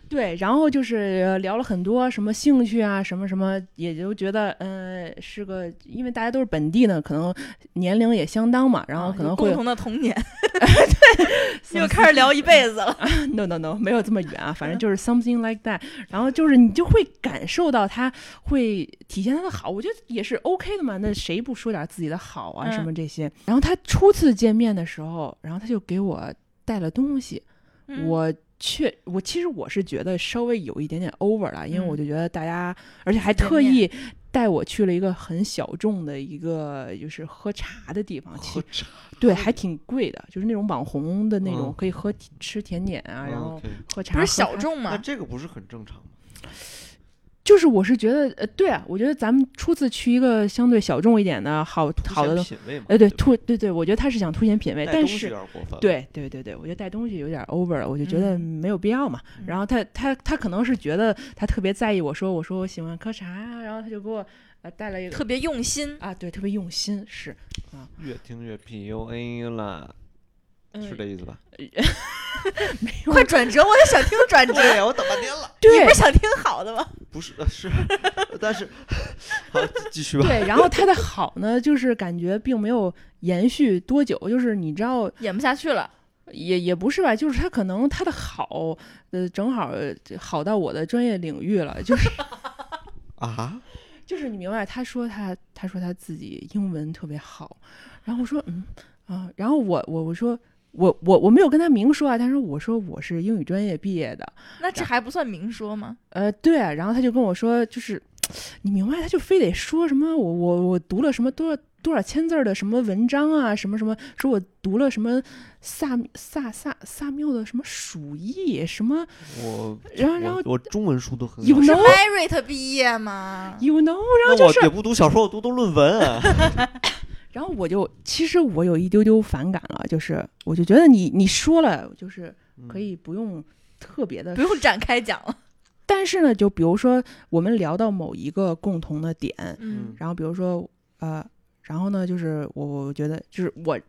S3: 对，然后就是呃聊了很多什么兴趣啊，什么什么，也就觉得，呃，是个，因为大家都是本地的，可能年龄也相当嘛，然后
S1: 啊
S3: 可
S1: 有
S3: 能会
S1: 共同的童 年，对，又开始聊一辈子了。
S3: no no no，没有这么远啊， 反正就是 something like that。然后就是你就会感受到他会体现他的好，我觉得也是 OK 的嘛。那谁不说点自己的好啊，
S1: 嗯
S3: 什么这些？然后他初次见面的时候，然后他就给我带了东西，
S1: 嗯
S3: 我确我其实我是觉得稍微有一点点 over 了，因为
S1: 嗯
S3: 我就觉得大家，而且还
S1: 见
S3: 特
S1: 面
S3: 意。带我去了一个很小众的一个，就是喝茶的地方，其
S2: 喝
S3: 实
S2: 茶
S3: 对还挺贵的，就是那种网红的那种
S2: 嗯，
S3: 可以喝吃甜点啊，
S1: 嗯
S3: 然后
S2: OK
S3: 喝茶
S1: 不是
S3: 喝
S1: 小
S3: 咖
S1: 众
S2: 那
S1: 嘛？
S2: 这个不是很正常吗？
S3: 就是我是觉得，呃，对啊，我觉得咱们初次去一个相对小众一点的好
S2: 凸
S3: 好
S2: 显
S3: 的东，
S2: 品味嘛。
S3: 呃，对，
S2: 吧
S3: 凸对对，我觉得他是想凸显品味，
S2: 带
S3: 但
S2: 东西有
S3: 是
S2: 点过分了。
S3: 对对对对，我觉得带东西有点 over 了，我就觉得
S1: 嗯
S3: 没有必要嘛。然后他他他可能是觉得他特别在意我说我说我喜欢喝茶啊，然后他就给我呃带了一个
S1: 特别用 心，
S3: 啊，对，特别用心是，
S2: 越听越 PUA 了，
S3: 嗯
S2: 是这意思吧？
S1: 快转折，我也想听转折。
S2: 对呀，我等半天了。
S1: 你
S3: 对
S1: 不是想听好的 吗？
S2: 不是，呃是，但是好，继续吧。
S3: 对，然后他的好呢，就是感觉并没有延续多久，就是你知道
S1: 演不下去了，
S3: 也也不是吧，就是他可能他的好，呃，正好呃好到我的专业领域了，就是
S2: 啊，
S3: 就是你明白，他说他他说他自己英文特别好，然后我说嗯啊，然后我我我说我我我没有跟他明说啊，但是我说我是英语专业毕业的，
S1: 那这还不算明说吗？
S3: 呃，对、啊，然后他就跟我说，就是你明白，他就非得说什么我我我读了什么多少多少千字儿的什么文章啊，什么什么，说我读了什么萨萨萨萨缪的什么《鼠疫》什么
S2: 我
S3: 然后
S2: 我
S3: 然后
S2: 我中文书都很
S3: ，you
S2: 好，
S1: 是
S3: know
S1: merit 毕业吗？
S3: you know，然后
S2: 那
S3: 就
S2: 我
S3: 是
S2: 也不读小说，我读读论文啊。
S3: 然后我就其实我有一丢丢反感了，就是我就觉得你你说了就是
S2: 嗯
S3: 可以不用特别的
S1: 不用展开讲了。
S3: 但是呢，就比如说我们聊到某一个共同的点，
S2: 嗯
S3: 然后比如说呃，然后呢，就是我我觉得就是我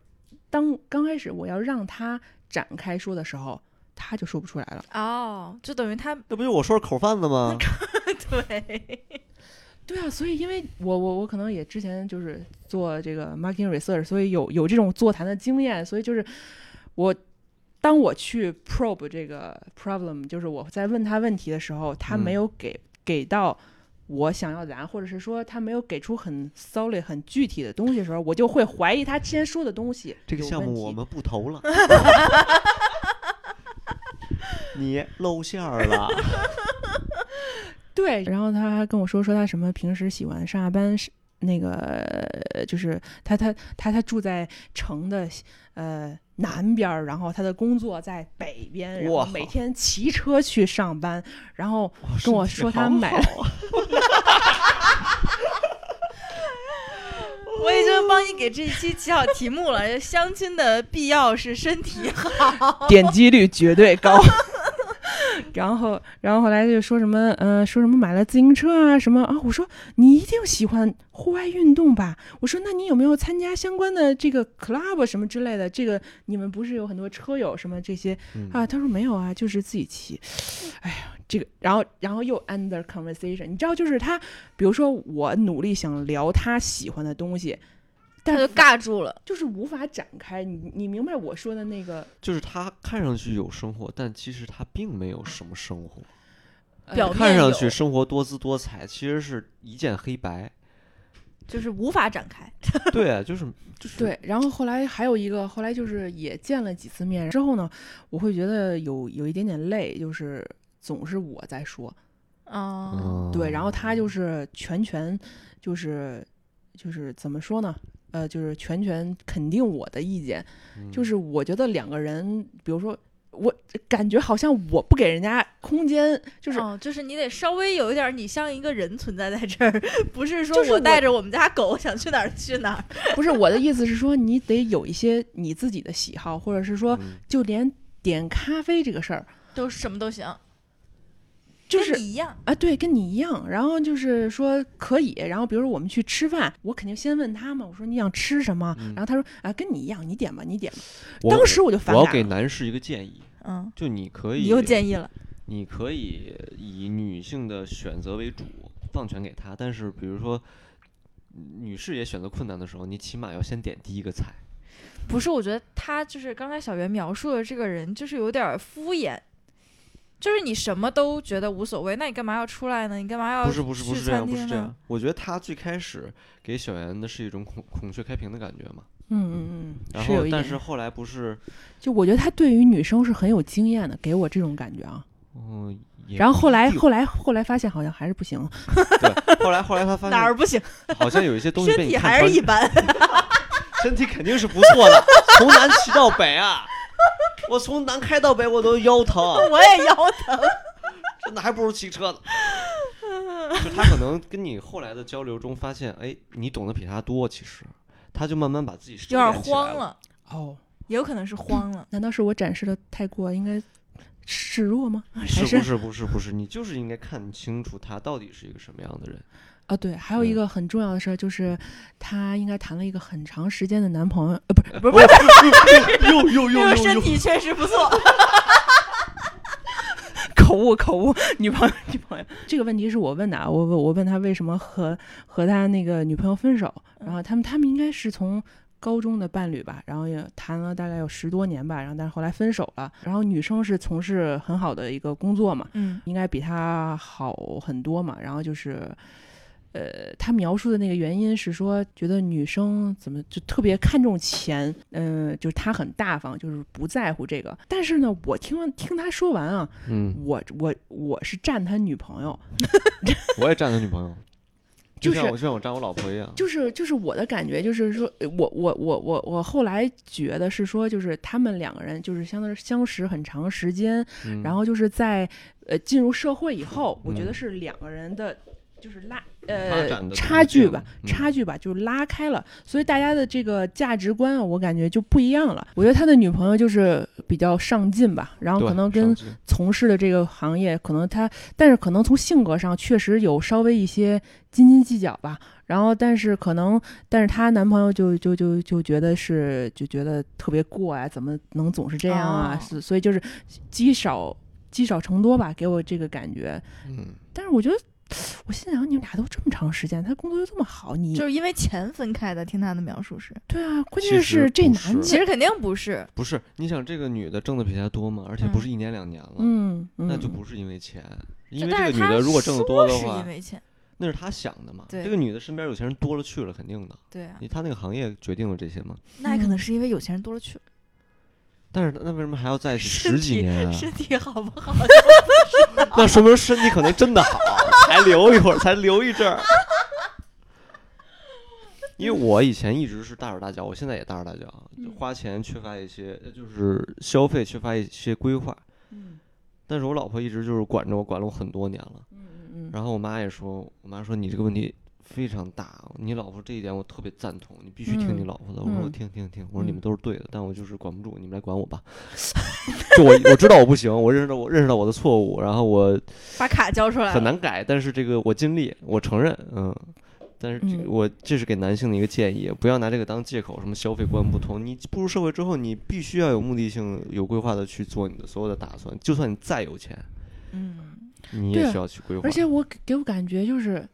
S3: 当刚开始我要让他展开说的时候，他就说不出来了。
S1: 哦，就等于他
S2: 那不就我说是口贩子 吗？
S1: 对，
S3: 对啊，所以因为我我我可能也之前就是做这个 marketing research，所以有有这种座谈的经验，所以就是我当我去 probe 这个 problem，就是我在问他问题的时候，他
S2: 嗯
S3: 没有给、给到我想要的答案，或者是说他没有给出很 solid、很具体的东西的时候，我就会怀疑他之前说的东西
S2: 这个
S3: 有
S2: 项
S3: 问
S2: 目
S3: 题
S2: 我们不投 了。你露馅儿了，
S3: 对，然后他还跟我说说他什么平时喜欢上下班是那个呃就是他他他他住在城的呃南边儿，然后他的工作在北边，然后
S2: 哇
S3: 每天骑车去上班，然后
S2: 哇
S3: 跟 我
S2: 身体
S3: 说他
S2: 好
S3: 买了
S2: 好 啊
S1: 我已经帮你给这一期起好题目了。相亲的必要是身体好，
S3: 点击率绝对高。 然后，然后后来就说什么，呃，说什么买了自行车啊，什么啊。我说你一定喜欢户外运动吧？我说那你有没有参加相关的这个 club 什么之类的？这个你们不是有很多车友什么这些
S2: 嗯
S3: 啊？他说没有啊，就是自己骑。哎呀，这个，然后，然后又 under conversation，你知道，就是他，比如说我努力想聊他喜欢的东西，
S1: 他
S3: 但
S1: 就尬住了。
S3: 就是无法展开。你你明白我说的那个
S2: 就是他看上去有生活，但其实他并没有什么生活。
S3: 呃
S1: 表
S2: 看
S1: 面
S2: 上
S1: 有
S2: 去生活多姿多彩，其实是一件黑 白。
S1: 就是无法展开。
S2: 对，啊就是就是
S3: 对，然后后来还有一个，后来就是也见了几次面之后呢，我会觉得有有一点点累，就是总是我在说，
S1: 哦，
S2: 嗯，
S3: 对，然后他就是全权，就是就是怎么说呢？呃，就是全权肯定我的意见，就
S2: 嗯
S3: 是我觉得两个人，比如说我感觉好像我不给人家空间，就是
S1: 哦，就是你得稍微有一点儿，你像一个人存在在这儿，不是说
S3: 就是
S1: 我
S3: 我
S1: 带着我们家狗想去哪儿去哪儿。
S3: 不是我的意思是说，你得有一些你自己的喜好，或者是说，
S2: 嗯
S3: 就连点咖啡这个事儿，
S1: 都什么都行，
S3: 就是
S1: 跟你一样。
S3: 啊，对，跟你一样。然后就是说可以，然后比如说我们去吃饭，我肯定先问他嘛，我说你想吃什么？
S2: 嗯
S3: 然后他说啊，跟你一样，你点吧，你点吧。
S2: 我
S3: 当时我就
S2: 我
S3: 反
S2: 要
S3: 感
S2: 给
S3: 了
S2: 男士一个建议，
S1: 嗯，
S2: 就你可以
S1: 你又建议了，
S2: 你可以以女性的选择为主，放权给她。但是比如说女士也选择困难的时候，你起码要先点第一个菜。
S1: 不是？我觉得他就是刚才小袁描述的这个人，就是有点儿敷衍。就是你什么都觉得无所谓，那你干嘛要出来呢？你干嘛要
S2: 不是不是不
S1: 去
S2: 是这样，
S1: 哦餐
S2: 不是
S1: 厅
S2: 这
S1: 呢
S2: 样。我觉得他最开始给小圆的是一种孔孔雀开屏的感觉嘛，
S3: 嗯嗯嗯，
S2: 然
S3: 是有
S2: 后
S3: 一
S2: 但
S3: 点。
S2: 是后来不是，
S3: 就我觉得他对于女生是很有经验的，给我这种感觉啊。
S2: 嗯，也
S3: 然后后来
S2: 不一定
S3: 后来后来发现好像还是不行，
S2: 对，后来后来他发
S1: 哪儿
S2: 现
S1: 不行？
S2: 好像有一些东西
S1: 身
S2: 被你
S1: 体
S2: 看
S1: 还是
S2: 穿
S1: 一，般。
S2: 身体肯定是不错的，从南骑到北啊，我从南开到北我都腰疼，
S1: 我也腰疼。
S2: 真的还不如骑 车呢。就他可能跟你后来的交流中发现，哎，你懂得比他多，其实他就慢慢把自己
S1: 有
S2: 收
S1: 点
S2: 敛起来
S1: 慌
S2: 了。
S1: 了，
S3: 哦，
S1: 也有可能是慌了。
S3: 难道是我展示的太过应该示弱吗？还
S2: 是
S3: 是
S2: 不是不是不是，你就是应该看清楚他到底是一个什么样的人。
S3: 啊，对，还有
S2: 嗯
S3: 一个很重要的事儿就是，她应该谈了一个很长时间的男朋友，呃，不是
S1: 不是不是，
S2: 哦又又
S1: 这个身体确实不错。
S3: 误 口误， 女朋友女朋友这个问题是我问的啊，我问我问他为什么和和他那个女朋友分手，然后他们他们应该是从。高中的伴侣吧，然后也谈了大概有十多年吧，然后但是后来分手了。然后女生是从事很好的一个工作嘛，
S1: 嗯
S3: 应该比他好很多嘛。然后就是，呃，他描述的那个原因是说，觉得女生怎么就特别看重钱，嗯、就是他很大方，就是不在乎这个。但是呢，我听完听他说完啊，
S2: 嗯，
S3: 我我我是站他女朋友，
S2: 我也站他女朋友，
S3: 就
S2: 像
S3: 是
S2: 我就像我站我老婆一样，
S3: 就是就是我的感觉就是说，呃我我我我我后来觉得是说，就是他们两个人就是相当于相识很长时间，
S2: 嗯
S3: 然后就是在呃进入社会以后，我觉
S2: 嗯
S3: 得是两个人的就是拉
S2: 发
S3: 呃
S2: 展的
S3: 差距吧，
S2: 途径嗯
S3: 差距吧就拉开了，所以大家的这个价值观啊，我感觉就不一样了。我觉得他的女朋友就是比较上进吧，然后
S2: 对
S3: 可能跟
S2: 上次
S3: 从事的这个行业，可能他，但是可能从性格上确实有稍微一些斤斤计较吧。然后，但是可能，但是她男朋友就就就就觉得是就觉得特别过呀、怎么能总是这样
S1: 哦
S3: 啊？所、所以就是积少积少成多吧，给我这个感觉。
S2: 嗯，
S3: 但是我觉得，我心想你们俩都这么长时间，他工作又这么好，你
S1: 就是因为钱分开的。听他的描述是，
S3: 对啊，关
S2: 其
S3: 键
S2: 实
S3: 是这
S2: 不
S3: 男
S1: 其
S3: 的，
S1: 实肯定不是，
S2: 不是，你想这个女的挣的比他多嘛，而且不
S1: 嗯
S2: 是一年两年了，
S3: 嗯，嗯
S2: 那就不是因为钱，因为
S1: 但
S2: 这
S1: 是
S2: 个女
S1: 他
S2: 的如果挣得多的
S1: 说是
S2: 话
S1: 因，为钱，
S2: 那是她想的嘛。
S1: 对
S2: 这个女的身边有钱人多了去了，肯定的，
S1: 对啊
S2: 因，为她那个行业决定了这些嘛。
S1: 那也可能是因为有钱人多了去了，
S2: 但是那为什么还要在一起
S1: 身
S2: 十几
S1: 体
S2: 年啊？
S1: 身体好不好？
S2: 那说明身体可能真的好，才留一会儿，才留一阵儿。因为我以前一直是大手大脚，我现在也大手大脚，就
S1: 嗯
S2: 花钱缺乏一些，呃就是消费缺乏一些规划。
S3: 嗯
S2: 但是我老婆一直就是管着我，管了我很多年了。
S3: 嗯嗯嗯
S2: 然后我妈也说，我妈说你这个问题非常大，你老婆这一点我特别赞同，你必须听你
S3: 嗯
S2: 老婆的。我说我
S3: 嗯
S2: 听听听，我说你
S3: 嗯
S2: 们都是对的，但我就是管不住，你们来管我吧。就我我知道我不行，我认识到我认识到我的错误，然后我
S1: 把卡交出来
S2: 很
S1: 了，
S2: 难改，但是这个我尽力，我承认，嗯。但是这个
S3: 嗯
S2: 我这是给男性的一个建议，不要拿这个当借口，什么消费观不同。你步入社会之后，你必须要有目的性、有规划的去做你的所有的打算。就算你再有钱，
S1: 嗯，
S2: 你
S3: 对
S2: 也
S3: 啊
S2: 需要去规划。
S3: 而且我给给我感觉就是，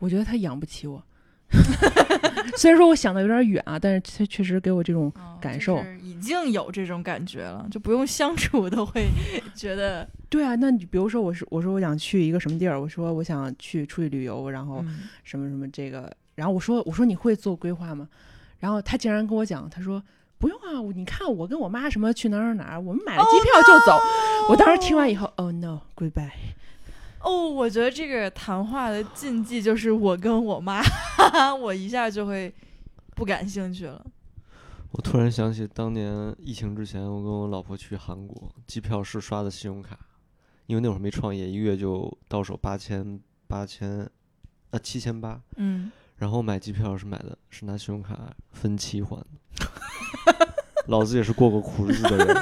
S3: 我觉得他养不起我。 虽然说我想的有点远啊，但是确确实给我这种
S1: 哦
S3: 感
S1: 就
S3: 受
S1: 是已经有这种感觉了，就不用相处都会 觉得，
S3: 对啊。那你比如说，我是我说我想去一个什么地儿，我说我想去出去旅游，然后
S1: 嗯
S3: 什么什么这个，然后我说我说你会做规划吗？然后他竟然跟我讲，他说不用啊，我你看我跟我妈什么去哪儿哪儿哪儿，我们买了机
S1: Oh
S3: 票就走。我当时听完以
S1: 后，
S3: 后，Oh no，goodbye。
S1: 哦，我觉得这个谈话的禁忌就是我跟我妈， 我一下就会不感兴趣了。
S2: 我突然想起当年疫情之前，我跟我老婆去韩国，机票是刷的信用卡，因为那会儿没创业，一个月就到手八千八千，啊七千八，
S1: 嗯，
S2: 然后买机票是买的是拿信用卡分期还的。 老子也是过过苦日子的人，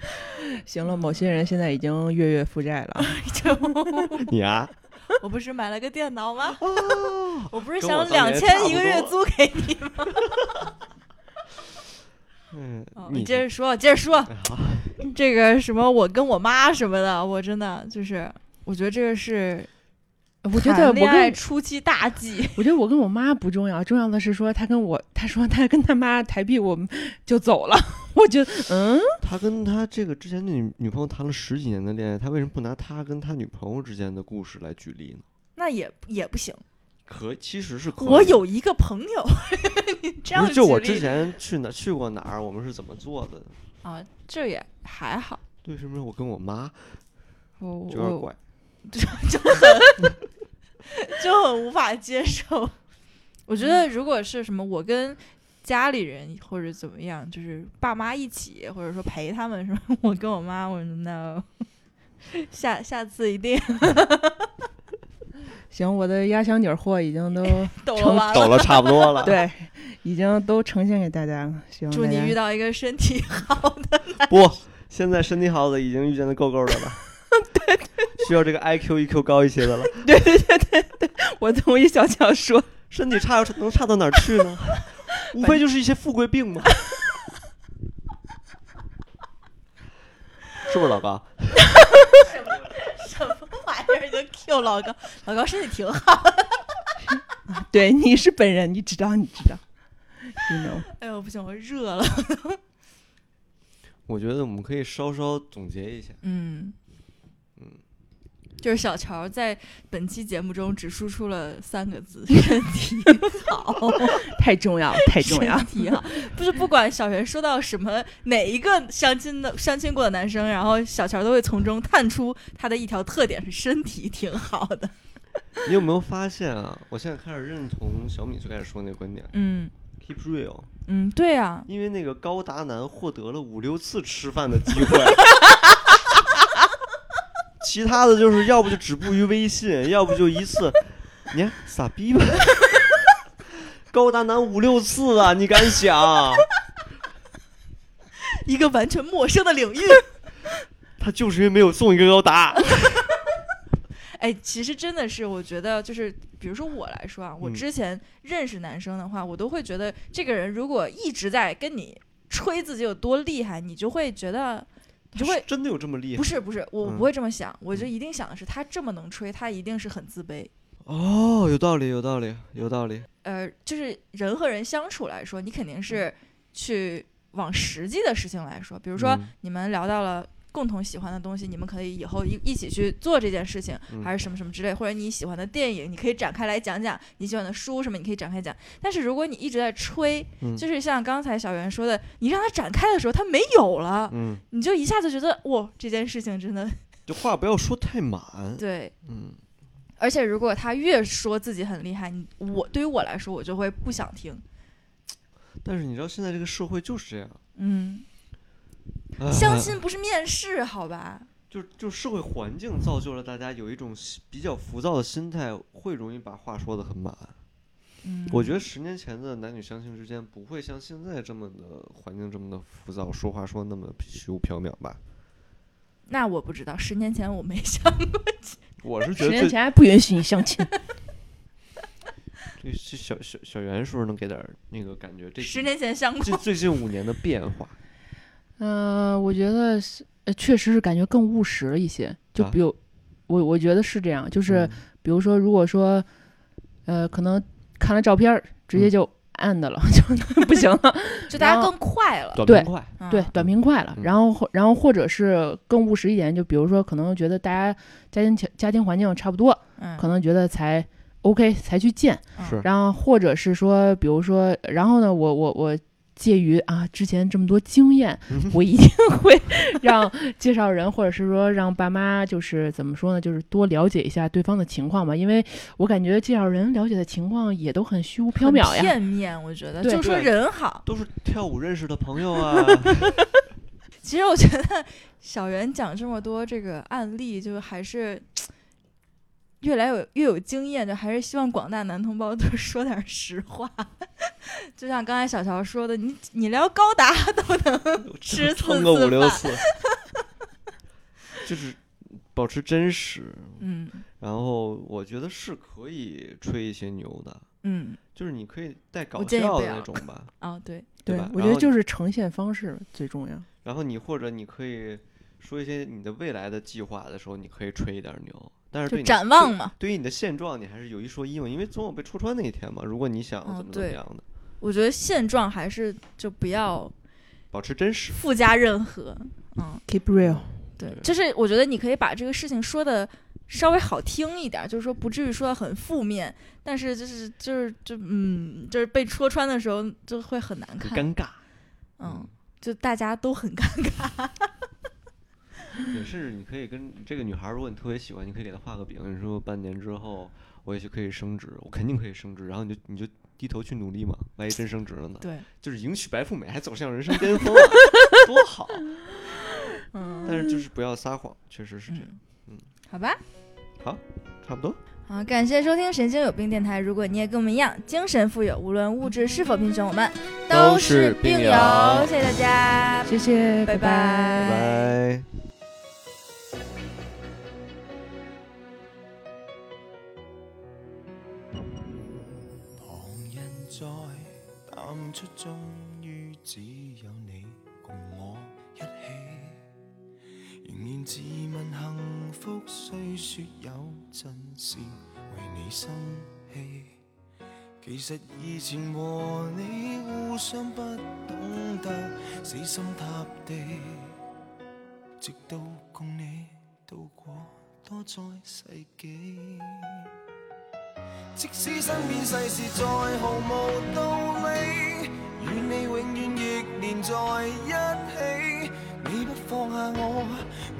S3: 行了，某些人现在已经月月负债了啊。
S1: 就
S2: 你啊，
S1: 我不是买了个电脑吗？ 我不是
S2: 跟
S1: 想
S2: 我当
S1: 两
S2: 年差
S1: 千
S2: 不
S1: 一个月租
S2: 多
S1: 给你吗？
S2: 嗯
S1: 哦，
S2: 你
S1: 接着说，接着说，
S2: 哎好
S1: 这个什么，我跟我妈什么的，我真的就是，我觉得这个是
S3: 我觉得
S1: 谈
S3: 我
S1: 恋
S3: 跟
S1: 爱初期大忌。
S3: 我觉得我跟我妈不重要，重要的是说她跟我，她说她跟她妈抬屁股就走了。 我觉得，嗯，
S2: 他跟他这个之前的女女朋友谈了十几年的恋爱，他为什么不拿他跟他女朋友之间的故事来举例呢？
S1: 那也也不行。
S2: 可其实是可
S1: 我
S2: 以的
S1: 有一个朋友， 你这
S2: 不
S1: 样
S2: 是，就我
S1: 举
S2: 之
S1: 例
S2: 前去哪去过哪儿，我们是怎么做的？
S1: 啊，这也还好。
S2: 为什么我跟我妈
S1: 我
S2: 就有点
S1: 我
S2: 怪？
S1: 就很就很无法接受。 我觉得如果是什么，我跟家里人或者怎么样，就是爸妈一起，或者说陪他们什么，我跟我妈，我 no，下下次一定
S3: 行，我的压箱底儿货已 经都
S1: 抖
S3: 成
S1: 完
S2: 抖
S1: 了。
S2: 了差不多了，
S3: 对，已经都呈现给大家了。希望
S1: 祝
S3: 大
S1: 你
S3: 家
S1: 遇到一个身体好的，
S2: 不，现在身体好的已经遇见的够够的 了，需要这个 IQ、EQ 高一些的了，
S3: 我同意小乔说，
S2: 身体差又能差到哪儿去呢？无非就是一些富贵病 嘛，是不是老高？
S4: 什么玩意儿就 Q 老高，老高身体挺好。
S3: 对，你是本人，你知道，你知道，you know，
S1: 哎呦，不行，我热了。
S2: 我觉得我们可以稍稍总结一下，
S1: 嗯，就是小乔在本期节目中只输出了三个字：身体好，
S3: 太重要，太重要
S1: 身。体好。不是，不管小袁说到什么哪一个相亲的相亲过的男生，然后小乔都会从中探出他的一条特点是身体挺好的。
S2: 你有没有发现啊？我现在开始认同小米最开始说那个观点
S1: 嗯
S2: ，keep real，
S1: 嗯，对呀、
S2: 因为那个高达男获得了五六次吃饭的机会， 其他的就是要不就止步于微信，要不就一次，你看傻逼吧，高达男五六次啊，你敢想？
S1: 一个完全陌生的领域。
S2: 他就是因为没有送一个高达，
S1: 哎，其实真的是，我觉得就是，比如说我来说啊，我
S2: 嗯
S1: 之前认识男生的话，我都会觉得这个人如果一直在跟你吹自己有多厉害，你就会觉得，你就会
S2: 真的有这么厉害
S1: 不？是不是，我
S2: 嗯
S1: 不会这么想，我就一定想的是他这么能吹，他一定是很自卑。
S2: 哦，有道理，有道理，有道理。
S1: 呃，就是人和人相处来说，你肯定
S2: 嗯
S1: 是去往实际的事情来说，比如说
S2: 嗯
S1: 你们聊到了共同喜欢的东西，你们可以以后一一起去做这件事情，
S2: 嗯
S1: 还是什么什么之类，或者你喜欢的电影，你可以展开来讲讲；你喜欢的书什么，你可以展开讲。但是如果你一直在吹，
S2: 嗯
S1: 就是像刚才小袁说的，你让他展开的时候，他没有了，
S2: 嗯，
S1: 你就一下子觉得哇，这件事情真 的
S2: 这话不要说太满。
S1: 对。
S2: 嗯，
S1: 而且如果他越说自己很厉害，你我对于我来说，我就会不想听。
S2: 但是你知道现在这个社会就是这样，
S1: 嗯，
S2: 哎
S1: 相亲不是面试，好吧？
S2: 就就社会环境造就了大家有一种心比较浮躁的心态，会容易把话说的很满。
S1: 嗯，
S2: 我觉得十年前的男女相亲之间不会像现在这么的环境这么的浮躁，说话说那么虚无缥缈吧。
S1: 那我不知道，十年前我没想。
S2: 我是觉
S3: 十
S2: 得
S3: 年
S2: 这
S3: 前还不允许你相 亲，
S2: 这这小小小袁是不是能给点儿那个感觉？这
S1: 十年前相
S2: 这
S1: 过，
S2: 最近五年的变 化，
S3: 嗯、我觉得是，呃确实是感觉更务实了一些。就
S2: 啊
S3: 比如，我我觉得是这样，就是
S2: 嗯
S3: 比如说，如果说，呃，可能看了照片儿直接
S2: 嗯
S3: 就 and 了， 就不行了，
S1: 就大家
S3: 然后
S1: 更快了。
S2: 短
S3: 对
S2: 平快，
S3: 对，短平快了。
S2: 嗯
S3: 然后或，然后或者是更务实一点，就比如说，可能觉得大家家庭条家庭环境差不多，
S1: 嗯，
S3: 可能觉得才 OK 才去见。
S1: 嗯
S2: 是
S3: 然后或者是说，比如说，然后呢，我我我介于啊之前这么多经 验，我一定会让介绍人，或者是说让爸妈，就是怎么说呢，就是多了解一下对方的情况吧，因为我感觉介绍人了解的情况也都很虚无缥缈
S1: 很
S3: 呀。
S1: 片面，我觉得
S3: 对
S1: 就说
S2: 对
S1: 人好。
S2: 都是跳舞认识的朋友 啊。
S1: 其实我觉得小袁讲这么多这个案例，就还是越来有越有经验，就还是希望广大男同胞都说点实话。 就像刚才小乔说的，你你聊高达都能吃四
S2: 蹭个五
S1: 次
S2: 六
S1: 饭，
S2: 次， 就是保持真实。
S1: 嗯
S2: 然后我觉得是可以吹一些牛的，
S1: 嗯，
S2: 就是你可以带搞
S1: 我建议
S2: 笑
S1: 不
S2: 的
S1: 要
S2: 那种吧，
S1: 哦对，
S2: 对吧？
S3: 我
S2: 然
S3: 觉得
S2: 后
S3: 就是呈现方式最重要。
S2: 然后你或者你可以说一些你的未来的计划的时候，你可以吹一点牛，但是
S1: 就
S2: 对你
S1: 展望嘛。
S2: 对于你的现状，你还是有一说一嘛，因为总有被戳穿那一天嘛。如果你想
S1: 嗯
S2: 怎么怎么
S1: 对
S2: 样的，
S1: 我觉得现状还是就不要
S2: 保持真实。
S1: 附加任何，嗯，
S3: Keep real，
S1: 对，
S2: 对
S1: 就是我觉得你可以把这个事情说的稍微好听一点儿，就是说不至于说的很负面，但是就是就是就嗯，就是被戳穿的时候就会很难
S2: 很
S1: 看，
S2: 尴尬，
S1: 嗯，就大家都很尴尬，
S2: 也是，你可以跟这个女孩儿，如果你特别喜欢，你可以给她画个饼，你说半年之后我也许可以升职，我肯定可以升职，然后你就你就低头去努力嘛，万一真升职了呢？
S1: 对，
S2: 就是迎娶白富美，还走向人生巅峰、啊，多好！
S1: 嗯，
S2: 但是就是不要撒谎，确实是这样，嗯，
S1: 好吧。
S2: 差不多。
S1: 好，感谢收听《神经有病电台》。如果你也跟我们一样精神富有，无论物质是否贫穷，我们
S2: 都
S1: 是
S2: 是病
S1: 友
S2: 友。
S1: 谢谢大家，
S3: 谢谢，
S1: 拜
S3: 拜
S2: 拜拜。
S5: 旁人在淡出，終於只有你共我一起，仍然自問幸幸福虽说有阵时为你生气，其实以前和你互相不懂得，死心塌地，直到共你度过多载世纪。即使身边世事再毫無道理，與你永遠亦連在一起。你不放下我，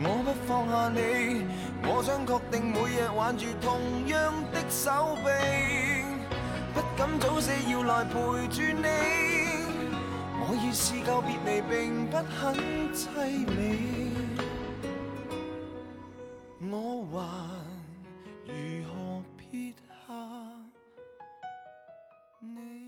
S5: 我不放下你，我想確定每日挽住同樣的手臂，不敢早死要來陪住你。我已試夠別離，並不很凄美，我還。如何撇下你？